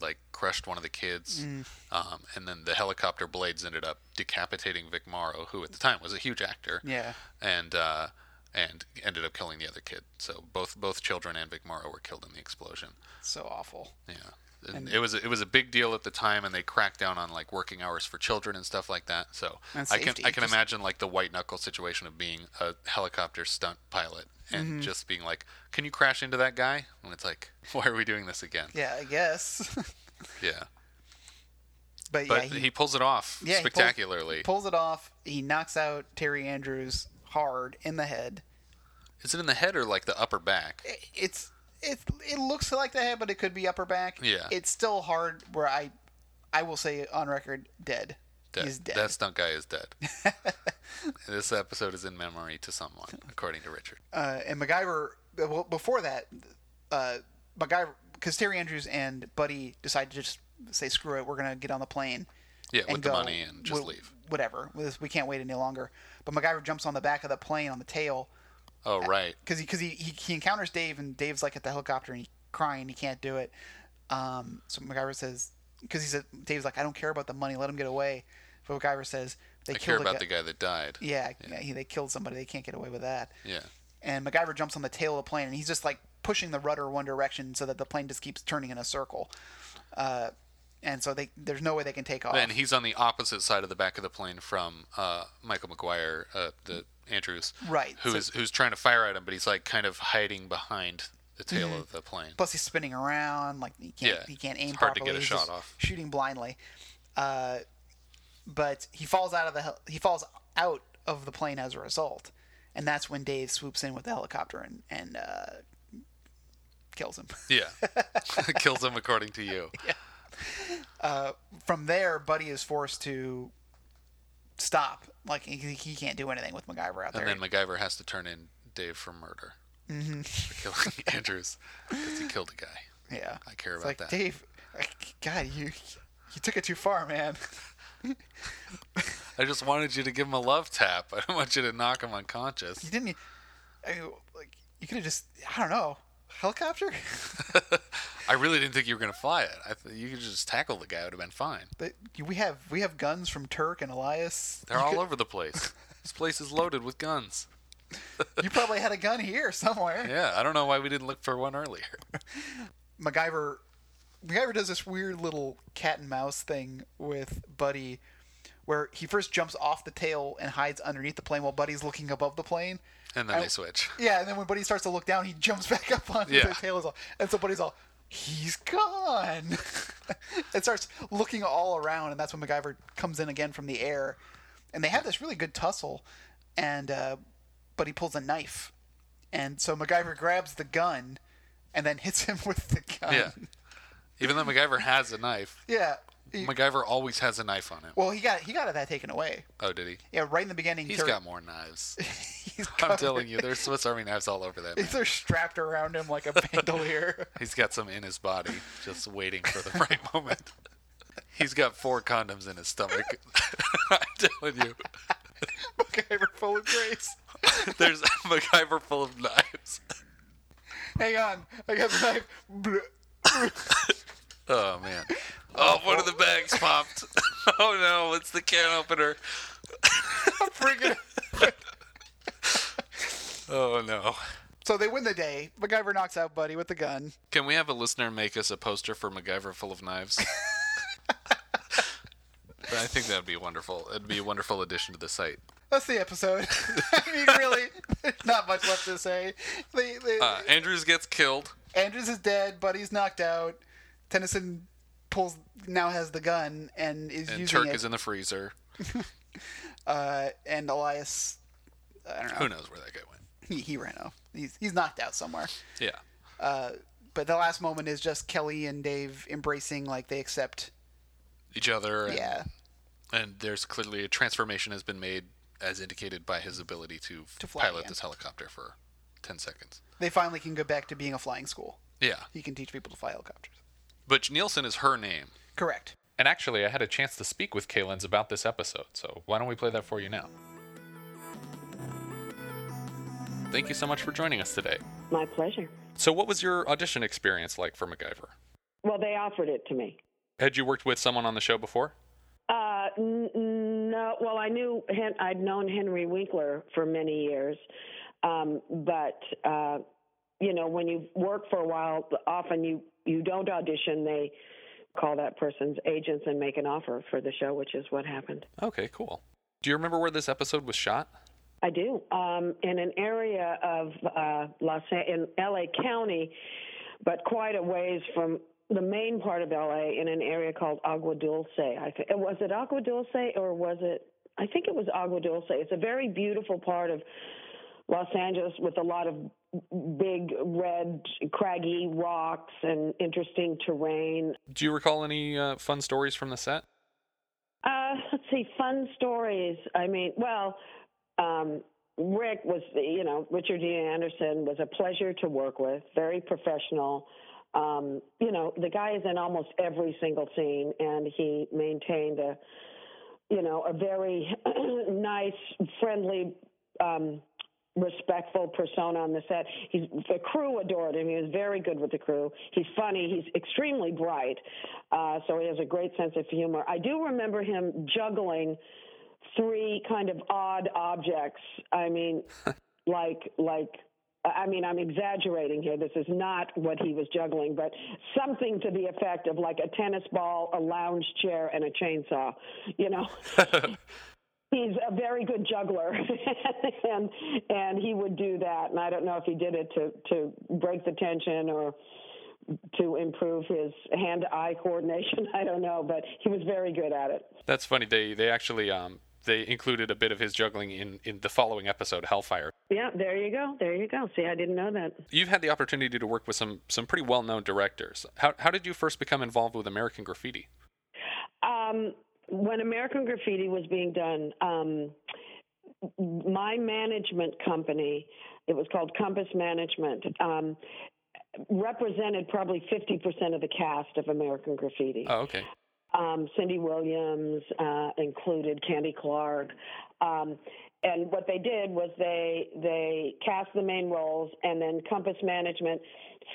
Speaker 1: like crushed one of the kids,
Speaker 2: Mm.
Speaker 1: um, and then the helicopter blades ended up decapitating Vic Morrow, who at the time was a huge actor
Speaker 2: Yeah.
Speaker 1: and uh, and ended up killing the other kid. So both both children and Vic Morrow were killed in the explosion.
Speaker 2: So awful.
Speaker 1: Yeah, and, it was it was a big deal at the time, and they cracked down on like working hours for children and stuff like that. So
Speaker 2: And
Speaker 1: I can
Speaker 2: safety,
Speaker 1: I can
Speaker 2: just-
Speaker 1: imagine like the white knuckle situation of being a helicopter stunt pilot and
Speaker 2: Mm-hmm.
Speaker 1: just being like, "Can you crash into that guy?" And it's like, "Why are we doing this again?"
Speaker 2: Yeah, I guess.
Speaker 1: Yeah.
Speaker 2: but,
Speaker 1: But
Speaker 2: yeah,
Speaker 1: he, pulls it off
Speaker 2: yeah, he pulls-
Speaker 1: spectacularly.
Speaker 2: he pulls it off. He knocks out Terry Andrews hard in the head.
Speaker 1: Is it in the head or like the upper back?
Speaker 2: it- it's it it looks like the head, but it could be upper back.
Speaker 1: Yeah.
Speaker 2: it's still hard. Where I, I will say on record, dead.
Speaker 1: Dead.
Speaker 2: He's dead.
Speaker 1: That stunt guy is dead. this episode is in memory to someone, according to Richard.
Speaker 2: Uh, and MacGyver. Well, before that, uh, MacGyver because Terry Andrews and Buddy decided to just say screw it, we're gonna get on the plane.
Speaker 1: Yeah,
Speaker 2: and uh,
Speaker 1: with the
Speaker 2: go,
Speaker 1: money and just
Speaker 2: "Wh-
Speaker 1: leave.
Speaker 2: Whatever. This- We can't wait any longer. But MacGyver jumps on the back of the plane on the tail,
Speaker 1: Oh right.
Speaker 2: because he, cause he, he, he encounters Dave and Dave's like at the helicopter and he crying he can't do it. Um, so MacGyver says because he said Dave's like I don't care about the money, let him get away. But MacGyver says they
Speaker 1: I care
Speaker 2: killed a
Speaker 1: about the
Speaker 2: guy-
Speaker 1: guy that died.
Speaker 2: Yeah, yeah. He, they killed somebody. They can't get away with that.
Speaker 1: Yeah.
Speaker 2: And MacGyver jumps on the tail of the plane and he's just like pushing the rudder one direction so that the plane just keeps turning in a circle. Uh, and so they there's no way they can take off.
Speaker 1: Then he's on the opposite side of the back of the plane from uh, Michael McGuire, uh, the Andrews,
Speaker 2: Right,
Speaker 1: Who
Speaker 2: so-
Speaker 1: is- who's trying to fire at him, but he's like kind of hiding behind the tail of the plane.
Speaker 2: Plus, he's spinning around like he can't
Speaker 1: Yeah,
Speaker 2: he can't aim
Speaker 1: it's hard to get a
Speaker 2: properly. he's
Speaker 1: shot
Speaker 2: just
Speaker 1: off.
Speaker 2: Shooting blindly, uh, but he falls out of the hel- he falls out of the plane as a result, and that's when Dave swoops in with the helicopter and and uh, kills him.
Speaker 1: Yeah, kills him according to you.
Speaker 2: From there, Buddy is forced to stop. Like he, he can't do anything with MacGyver out there.
Speaker 1: And then MacGyver has to turn in Dave for murder for killing Andrews because he killed a guy.
Speaker 2: yeah,
Speaker 1: I care
Speaker 2: It's
Speaker 1: about
Speaker 2: like,
Speaker 1: that.
Speaker 2: Dave, God, you you took it too far, man.
Speaker 1: I just wanted you to give him a love tap. I don't want you to knock him unconscious.
Speaker 2: You didn't. I mean, like you could have just. I don't know. Helicopter.
Speaker 1: I really didn't think you were gonna fly it. I th- you could just tackle the guy; it would have been fine.
Speaker 2: But we have we have guns from Turk and Elias.
Speaker 1: They're all over the place. This place is loaded with guns.
Speaker 2: You probably had a gun here somewhere.
Speaker 1: Yeah, I don't know why we didn't look for one earlier.
Speaker 2: MacGyver. MacGyver does this weird little cat and mouse thing with Buddy, where he first jumps off the tail and hides underneath the plane while Buddy's looking above the plane.
Speaker 1: And then
Speaker 2: I-
Speaker 1: they switch.
Speaker 2: Yeah, and then when Buddy starts to look down, he jumps back up onto
Speaker 1: Yeah.
Speaker 2: the tail. Is all, and so Buddy's all, he's gone. and starts looking all around, and that's when MacGyver comes in again from the air. And they have this really good tussle, and uh, but he pulls a knife. And so MacGyver grabs the gun and then hits him with the gun.
Speaker 1: Yeah. Even though MacGyver has a knife,
Speaker 2: Yeah. He-
Speaker 1: MacGyver always has a knife on him.
Speaker 2: well, he got he got that taken away.
Speaker 1: Oh, did he?
Speaker 2: Yeah, right in the beginning.
Speaker 1: He's
Speaker 2: Kirk-
Speaker 1: got more knives.
Speaker 2: he's
Speaker 1: I'm
Speaker 2: covered-
Speaker 1: telling you, there's Swiss Army knives all over that man.
Speaker 2: They're strapped around him like a bandolier.
Speaker 1: He's got some in his body, just waiting for the right moment. He's got four condoms in his stomach. I'm telling you,
Speaker 2: MacGyver full of grace.
Speaker 1: there's a MacGyver full of knives.
Speaker 2: Hang on, I got the knife. Blah.
Speaker 1: Oh man! Oh, one of the bags popped. Oh no! It's the can opener.
Speaker 2: Freaking-
Speaker 1: Oh no!
Speaker 2: so they win the day. MacGyver knocks out Buddy with the gun.
Speaker 1: Can we have a listener make us a poster for MacGyver full of knives? I think that'd be wonderful. It'd be a wonderful addition to the site.
Speaker 2: That's the episode. I mean, really, there's not much left to say. They, they,
Speaker 1: Uh, Andrews gets killed.
Speaker 2: Andrews is dead. Buddy's knocked out. Tennyson pulls now has the gun and is
Speaker 1: And
Speaker 2: using
Speaker 1: Turk
Speaker 2: it.
Speaker 1: is in the freezer.
Speaker 2: uh, and Elias,
Speaker 1: Who knows where that guy went?
Speaker 2: he, he ran off. He's he's knocked out somewhere.
Speaker 1: Yeah.
Speaker 2: But the last moment is just Kelly and Dave embracing, like they accept.
Speaker 1: Each other. And,
Speaker 2: Yeah.
Speaker 1: And there's clearly a transformation has been made, as indicated by his ability to,
Speaker 2: To fly
Speaker 1: pilot
Speaker 2: again.
Speaker 1: this helicopter for 10 seconds.
Speaker 2: They finally can go back to being a flying school.
Speaker 1: Yeah.
Speaker 2: He can teach people to fly helicopters.
Speaker 1: But Nielsen is her name.
Speaker 2: Correct.
Speaker 1: And actually, I had a chance to speak with Kalens about this episode, so why don't we play that for you now? Thank you so much for joining us today.
Speaker 5: My pleasure.
Speaker 1: So, what was your audition experience like for MacGyver?
Speaker 5: Well, they offered it to me.
Speaker 1: Had you worked with someone on the show before?
Speaker 5: Uh, n- n- no, well, I knew Hen- I'd known Henry Winkler for many years, um, but uh, you know, when you work for a while, often you you don't audition. They call that person's agents and make an offer for the show, which is what happened.
Speaker 1: Okay, cool. Do you remember where this episode was shot?
Speaker 5: I do. Um, in an area of uh, Los in LA County, but quite a ways from the main part of LA, in an area called Agua Dulce. I think was it Agua Dulce or was it? I think it was Agua Dulce. It's a very beautiful part of Los Angeles with a lot of big red craggy rocks and interesting terrain.
Speaker 1: Do you recall any uh, fun stories from the set?
Speaker 5: Uh, let's see, fun stories. I mean, well, um, Rick was, you know, Richard D. Anderson was a pleasure to work with, very professional. Um, you know, the guy is in almost every single scene, and he maintained a, you know, a very nice, friendly um, respectful persona on the set. He's, the crew adored him. He was very good with the crew. He's funny. He's extremely bright. Uh, so he has a great sense of humor. I do remember him juggling three kind of odd objects. I mean, like like. I mean, I'm exaggerating here. This is not what he was juggling, but something to the effect of like a tennis ball, a lounge chair, and a chainsaw. You know, he's a very good juggler and and he would do that and i don't know if he did it to to break the tension or to improve his hand eye coordination i don't know but he was very good at it
Speaker 6: That's funny. They they actually um they included a bit of his juggling in in the following episode, Hellfire.
Speaker 5: yeah there you go there you go see i didn't know that
Speaker 6: You've had the opportunity to work with some some pretty well known directors. How how did you first become involved with American Graffiti?
Speaker 5: um, when American Graffiti was being done, um, my management company, it was called Compass Management, um, represented probably 50% of the cast of American Graffiti
Speaker 6: Oh, okay.
Speaker 5: um, Cindy Williams uh, included, Candy Clark. Um, and what they did was they they cast the main roles, and then Compass Management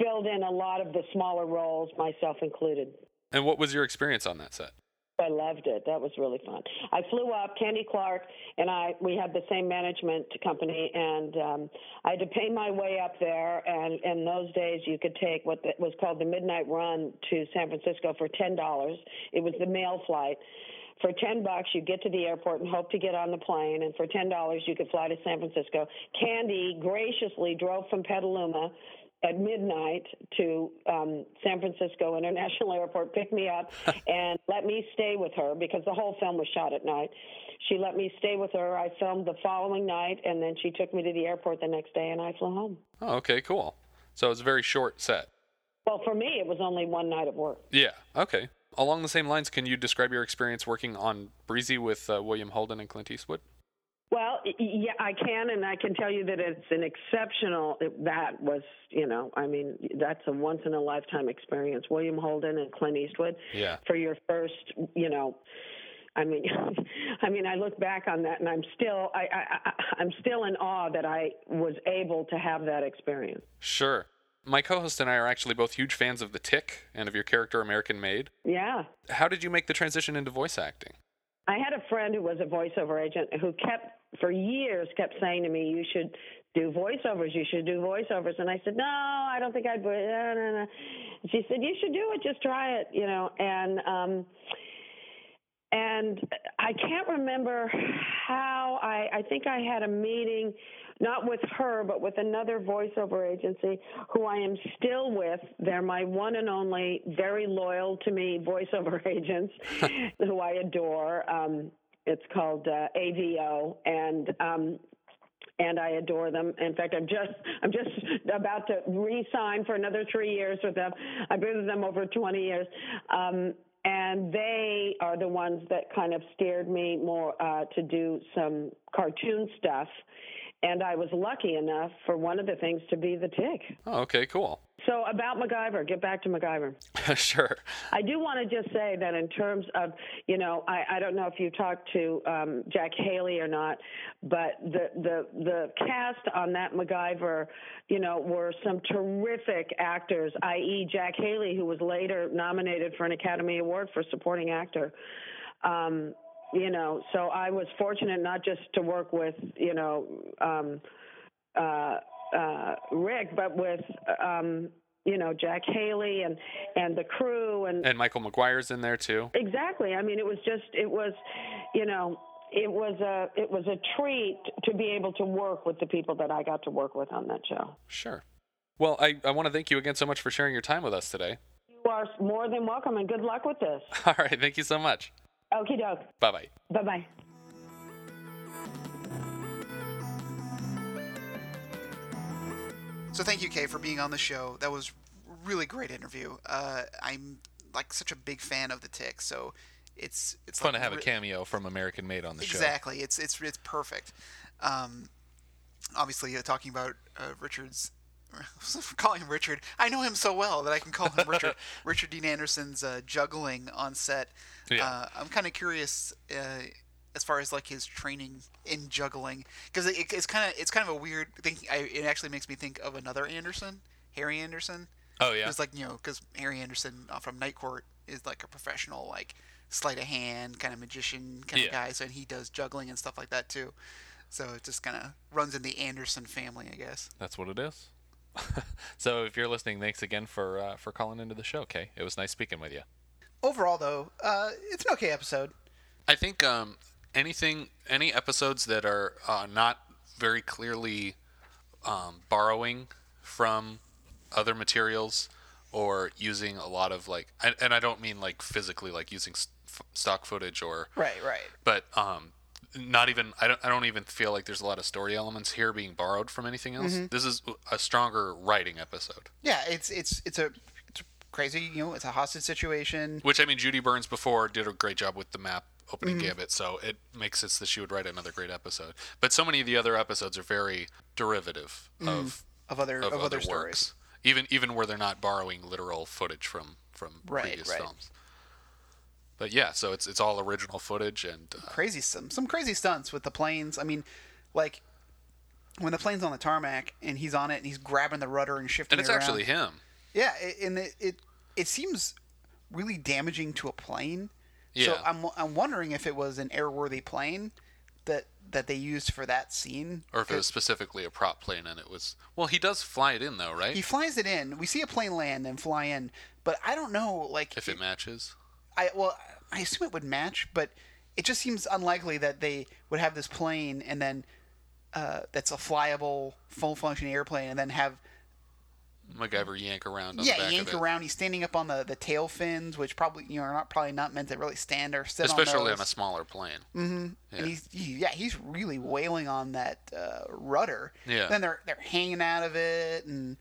Speaker 5: filled in a lot of the smaller roles, myself included.
Speaker 6: And what was your experience on that set?
Speaker 5: I loved it. That was really fun. I flew up. Candy Clark and I we had the same management company, and um, I had to pay my way up there. And in those days, you could take what the, was called the midnight run to San Francisco for ten dollars. It was the mail flight. For ten bucks, you get to the airport and hope to get on the plane, and for ten dollars, you could fly to San Francisco. Candy graciously drove from Petaluma at midnight to um, San Francisco International Airport, picked me up, and let me stay with her because the whole film was shot at night. She let me stay with her. I filmed the following night, and then she took me to the airport the next day, and I flew home.
Speaker 6: Oh, okay, cool. So it was a very short set.
Speaker 5: Well, for me, it was only one night of work.
Speaker 6: Yeah. Okay. Along the same lines, can you describe your experience working on Breezy with uh, William Holden and Clint Eastwood?
Speaker 5: Well, y- yeah, I can, and I can tell you that it's an exceptional. It, that was, you know, I mean, that's a once in a lifetime experience. William Holden and Clint Eastwood.
Speaker 6: Yeah.
Speaker 5: For your first, you know, I mean, I mean, I look back on that, and I'm still, I, I, I, I'm still in awe that I was able to have that experience.
Speaker 6: Sure. My co-host and I are actually both huge fans of The Tick and of your character American Made.
Speaker 5: Yeah.
Speaker 6: How did you make the transition into voice acting?
Speaker 5: I had a friend who was a voiceover agent who kept for years kept saying to me, "You should do voiceovers. You should do voiceovers." And I said, "No, I don't think I'd." No, no, no. And She said, "You should do it. Just try it." You know, and um, and I can't remember how I. I think I had a meeting, not with her, but with another voiceover agency who I am still with. They're my one and only, very loyal to me voiceover agents who I adore. Um, it's called uh, AVO, and um, and I adore them. In fact, I'm just I'm just about to re-sign for another three years with them. I've been with them over 20 years, um, and they are the ones that kind of steered me more uh, to do some cartoon stuff. And I was lucky enough for one of the things to be the tick.
Speaker 6: Oh, okay, cool.
Speaker 5: So about MacGyver, get back to MacGyver.
Speaker 6: sure.
Speaker 5: I do want to just say that in terms of, you know, I, I don't know if you talked to um, Jack Haley or not, but the, the the cast on that MacGyver, you know, were some terrific actors, i.e. Jack Haley, who was later nominated for an Academy Award for supporting actor. Um, you know, so I was fortunate not just to work with, you know, um, uh, uh, Rick, but with um, you know Jack Haley and and the crew and
Speaker 6: And Michael McGuire's in there too.
Speaker 5: exactly. I mean, it was just it was, you know, it was a it was a treat to be able to work with the people that I got to work with on that show.
Speaker 6: Sure. Well, I, I want to thank you again so much for sharing your time with us today.
Speaker 5: You are more than welcome, and good luck with this.
Speaker 6: All right, thank you so much.
Speaker 5: Okie doke.
Speaker 6: Bye bye.
Speaker 5: Bye bye.
Speaker 2: So thank you, Kay, for being on the show. That was really great interview. Uh, I'm like such a big fan of the Tick, so it's it's
Speaker 1: Fun to
Speaker 2: like,
Speaker 1: have a
Speaker 2: re-
Speaker 1: cameo from American Made on the show.
Speaker 2: Exactly. It's it's it's perfect. Um, obviously, uh, talking about uh, Richard's. calling him Richard. I know him so well that I can call him Richard. Richard Dean Anderson's uh, juggling on set.
Speaker 1: Yeah.
Speaker 2: Uh, I'm kind of curious uh, as far as like his training in juggling because it, it's kind of it's kind of a weird thing. I, it actually makes me think of another Anderson, Harry Anderson.
Speaker 6: Oh yeah.
Speaker 2: It's like you know because Harry Anderson uh, from Night Court is like a professional like sleight of hand kind of magician kind
Speaker 6: Yeah.
Speaker 2: of guy, so and he does juggling and stuff like that too. So it just kind of runs in the Anderson family, I guess.
Speaker 6: That's what it is. so if you're listening, thanks again for uh, for calling into the show, Kay. It was nice speaking with you.
Speaker 2: Overall, though, uh, it's an okay episode.
Speaker 1: I think um, anything, any episodes that are uh, not very clearly um, borrowing from other materials or using a lot of like, and, and I don't mean like physically like using st- f- stock footage or
Speaker 2: Right, right.
Speaker 1: but um, not even I don't, I don't even feel like there's a lot of story elements here being borrowed from anything else.
Speaker 2: Mm-hmm.
Speaker 1: This is a stronger writing episode.
Speaker 2: Yeah, it's it's it's a it's crazy. You know, it's a hostage situation.
Speaker 1: Which I mean, Judy Burns before did a great job with the map opening
Speaker 2: Mm-hmm.
Speaker 1: gambit, so it makes sense that she would write another great episode. But so many of the other episodes are very derivative of
Speaker 2: Mm-hmm. Of other- of other
Speaker 1: other,
Speaker 2: stories.
Speaker 1: works, even even where they're not borrowing literal footage from from
Speaker 2: Right,
Speaker 1: previous
Speaker 2: right.
Speaker 1: films. But yeah, so it's it's all original footage, and uh,
Speaker 2: Crazy some some crazy stunts with the planes. I mean, like when the plane's on the tarmac and he's on it and he's grabbing the rudder and shifting.
Speaker 1: and it's
Speaker 2: it around.
Speaker 1: actually him.
Speaker 2: Yeah, it, and it, it it seems really damaging to a plane. So
Speaker 1: Yeah.
Speaker 2: I'm I'm wondering if it was an airworthy plane that that they used for that scene.
Speaker 1: Or if it was specifically a prop plane and it was. Well, he does fly it in though, right?
Speaker 2: He flies it in. We see a plane land and fly in, but I don't know like
Speaker 1: if it matches.
Speaker 2: I well, I assume it would match, but it just seems unlikely that they would have this plane and then uh, that's a flyable, full functioning airplane, and then have
Speaker 1: MacGyver yank around on the
Speaker 2: yeah,
Speaker 1: back
Speaker 2: yank
Speaker 1: of it.
Speaker 2: around. He's standing up on the, the tail fins, which probably you know are not probably not meant to really stand or sit
Speaker 1: Especially
Speaker 2: on
Speaker 1: on a
Speaker 2: those. Mm-hmm.
Speaker 1: smaller plane.
Speaker 2: And he's he, yeah, he's really wailing on that uh, rudder.
Speaker 1: Yeah.
Speaker 2: Then they're they're hanging out of it, and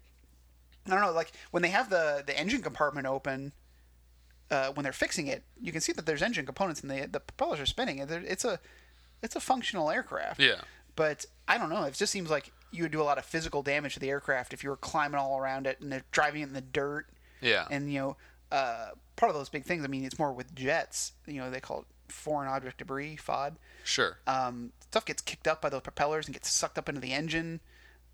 Speaker 2: I don't know, like when they have the the engine compartment open, uh, when they're fixing it, you can see that there's engine components and the the propellers are spinning. And they're- It's a it's a functional aircraft.
Speaker 1: Yeah.
Speaker 2: But I don't know. It just seems like you would do a lot of physical damage to the aircraft if you were climbing all around it and they're driving it in the dirt.
Speaker 1: Yeah.
Speaker 2: And you know, uh, part of those big things. I mean, it's more with jets. You know, they call it foreign object debris (FOD).
Speaker 1: Sure.
Speaker 2: Um, stuff gets kicked up by those propellers and gets sucked up into the engine.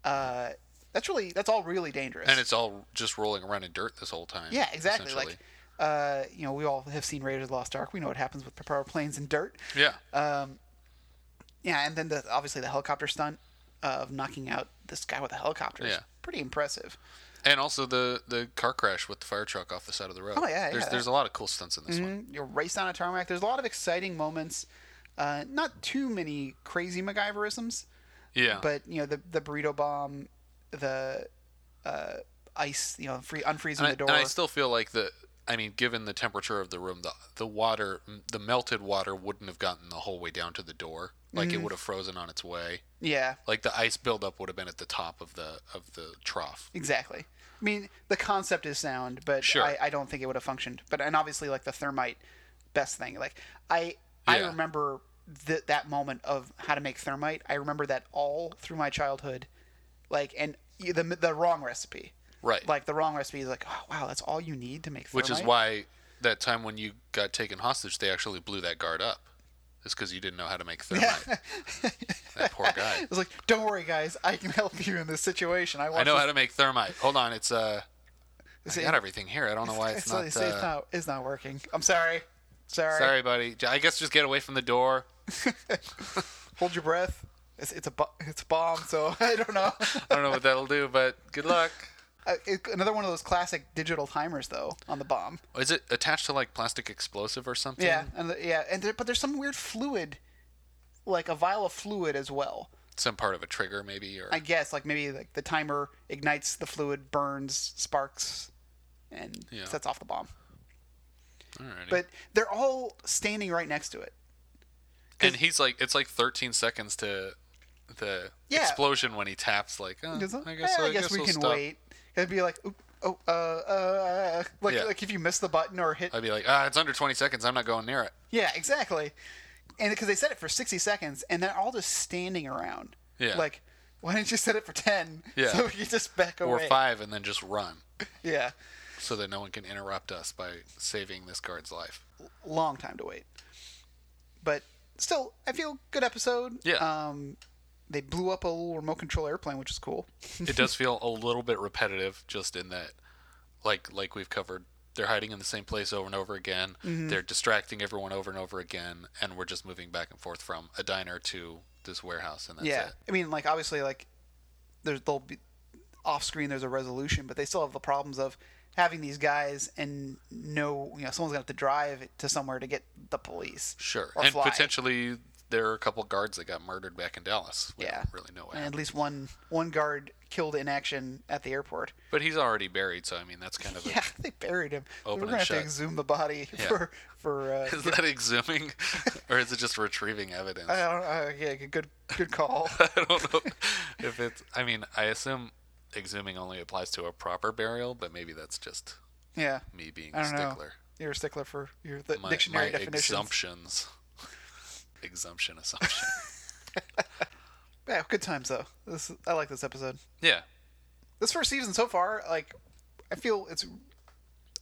Speaker 2: Uh, that's really that's all really dangerous.
Speaker 1: and it's all just rolling around in dirt this whole time.
Speaker 2: yeah, exactly.
Speaker 1: essentially.
Speaker 2: Like. Uh, you know, we all have seen Raiders of the Lost Ark. We know what happens with propeller planes and dirt.
Speaker 1: yeah.
Speaker 2: uh, Yeah, and then the, obviously the helicopter stunt of knocking out this guy with a helicopter is
Speaker 1: Yeah.
Speaker 2: pretty impressive.
Speaker 1: and also the the car crash with the fire truck off the side of the road.
Speaker 2: Oh, yeah,
Speaker 1: There's
Speaker 2: yeah.
Speaker 1: there's a lot of cool stunts in this one.
Speaker 2: You know, race down a tarmac. There's a lot of exciting moments. Uh, not too many crazy MacGyverisms,
Speaker 1: Yeah.
Speaker 2: Mm-hmm. but you know the the burrito bomb, the uh, ice, you know, free unfreezing
Speaker 1: and I,
Speaker 2: the door.
Speaker 1: and I still feel like the I mean, given the temperature of the room, the the water, the melted water wouldn't have gotten the whole way down to the door. Like
Speaker 2: Mm-hmm.
Speaker 1: it would have frozen on its way.
Speaker 2: yeah,
Speaker 1: Like the ice buildup would have been at the top of the of the trough.
Speaker 2: exactly. I mean, the concept is sound, but
Speaker 1: Sure.
Speaker 2: I, I don't think it would have functioned. But and obviously, like the thermite, best thing. Like I I
Speaker 1: Yeah.
Speaker 2: remember th- that moment of how to make thermite. I remember that all through my childhood, like and the the wrong recipe.
Speaker 1: Right.
Speaker 2: Like the wrong recipe is like, oh, wow, that's all you need to make
Speaker 1: Which
Speaker 2: thermite.
Speaker 1: is why that time when you got taken hostage, they actually blew that guard up. It's because you didn't know how to make thermite. that poor guy.
Speaker 2: It's like, don't worry, guys, I can help you in this situation. I,
Speaker 1: I know how
Speaker 2: watched
Speaker 1: to make thermite. Hold on, it's uh,
Speaker 2: this-
Speaker 1: I got everything here. I don't know why
Speaker 2: It's,
Speaker 1: it's,
Speaker 2: not,
Speaker 1: not.
Speaker 2: it's,
Speaker 1: uh,
Speaker 2: it's not. It's not working. I'm sorry. Sorry.
Speaker 1: Sorry, buddy. J- I guess just get away from the door.
Speaker 2: Hold your breath. It's, it's a bu- it's a bomb. So I don't know.
Speaker 1: I don't know what that'll do, but good luck.
Speaker 2: Uh, it- another one of those classic digital timers, though, on the bomb.
Speaker 1: Is it attached to like plastic explosive or something?
Speaker 2: Yeah, and the, yeah, and there, but there's some weird fluid, like a vial of fluid as well.
Speaker 1: Some part of a trigger, maybe, or
Speaker 2: I guess like maybe like the timer ignites the fluid, burns, sparks, and
Speaker 1: Yeah.
Speaker 2: sets off the bomb.
Speaker 1: Alrighty.
Speaker 2: But they're all standing right next to it.
Speaker 1: and he's like, it's like 13 seconds to the
Speaker 2: Yeah.
Speaker 1: explosion when he taps. Like, oh,
Speaker 2: It's like,
Speaker 1: I guess,
Speaker 2: "Eh,
Speaker 1: I guess
Speaker 2: we
Speaker 1: we'll
Speaker 2: can
Speaker 1: stop."
Speaker 2: wait. It'd be like, oop, oh, uh, uh, like
Speaker 1: Yeah.
Speaker 2: like if you miss the button or hit.
Speaker 1: I'd be like, ah, it's under 20 seconds. I'm not going near it.
Speaker 2: yeah, exactly. And because they set it for sixty seconds, and they're all just standing around.
Speaker 1: Yeah.
Speaker 2: Like, why didn't you set it for ten?
Speaker 1: Yeah.
Speaker 2: So we could just back away.
Speaker 1: Or five, and then just run,
Speaker 2: Yeah.
Speaker 1: so that no one can interrupt us by saving this guard's life.
Speaker 2: Long time to wait. But still, I feel good episode.
Speaker 1: Yeah.
Speaker 2: Um, they blew up a little remote control airplane, which is cool.
Speaker 1: it does feel a little bit repetitive just in that like like we've covered they're hiding in the same place over and over again
Speaker 2: Mm-hmm.
Speaker 1: they're distracting everyone over and over again and we're just moving back and forth from a diner to this warehouse and that's
Speaker 2: yeah.
Speaker 1: it
Speaker 2: I mean, like obviously, like there's they'll be off screen. There's a resolution, but they still have the problems of having these guys and no, you know, someone's gonna have to drive to somewhere to get the police.
Speaker 1: sure
Speaker 2: Or
Speaker 1: and
Speaker 2: fly.
Speaker 1: potentially there are a couple guards that got murdered back in dallas we
Speaker 2: Yeah.
Speaker 1: don't really know what
Speaker 2: and at
Speaker 1: happened.
Speaker 2: least one one guard killed in action at the airport.
Speaker 1: but he's already buried so i mean that's kind of
Speaker 2: Yeah, they buried him. So
Speaker 1: Open
Speaker 2: We're
Speaker 1: and
Speaker 2: gonna have
Speaker 1: shut.
Speaker 2: to exhume the body
Speaker 1: Yeah.
Speaker 2: for for. Uh,
Speaker 1: a is that exhuming or is it just retrieving evidence
Speaker 2: I don't know. Yeah, good good call.
Speaker 1: I don't know if it's. I mean, I assume exhuming only applies to a proper burial, but maybe that's just
Speaker 2: yeah,
Speaker 1: me being
Speaker 2: I
Speaker 1: a
Speaker 2: don't know.
Speaker 1: stickler.
Speaker 2: You're a stickler for your the
Speaker 1: My, my
Speaker 2: dictionary definitions.
Speaker 1: exemptions. Exemption assumption.
Speaker 2: Yeah, good times though. This I like this episode.
Speaker 1: yeah.
Speaker 2: This first season so far, like, I feel it's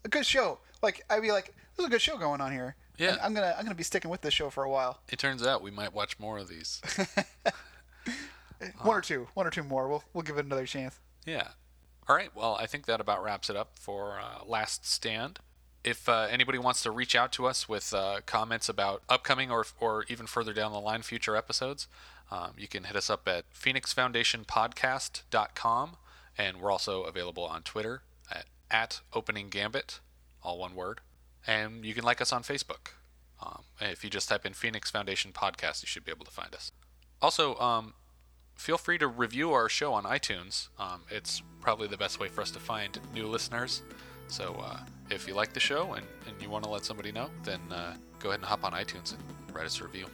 Speaker 2: a good show. Like, I'd be like, there's a good show going on here.
Speaker 1: Yeah.
Speaker 2: And I'm gonna I'm gonna be sticking with this show for a while.
Speaker 1: It turns out we might watch more of these.
Speaker 2: One or two, one or two more. We'll we'll give it another chance.
Speaker 1: Yeah. All right. Well, I think that about wraps it up for uh, Last Stand. If uh, anybody wants to reach out to us with uh, comments about upcoming or, or even further down the line future episodes, um, you can hit us up at phoenixfoundationpodcast.com. And we're also available on Twitter at, at Opening Gambit, all one word. And you can like us on Facebook. Um, if you just type in Phoenix Foundation Podcast, you should be able to find us. Also, um, feel free to review our show on iTunes. Um, it's probably the best way for us to find new listeners. So uh, if you like the show and, and you want to let somebody know, then uh, go ahead and hop on iTunes and write us a review.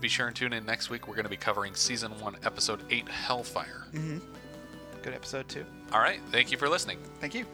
Speaker 1: Be sure and tune in next week. We're going to be covering Season 1, Episode 8, Hellfire.
Speaker 2: Good episode too.
Speaker 1: All right. Thank you for listening.
Speaker 2: Thank you.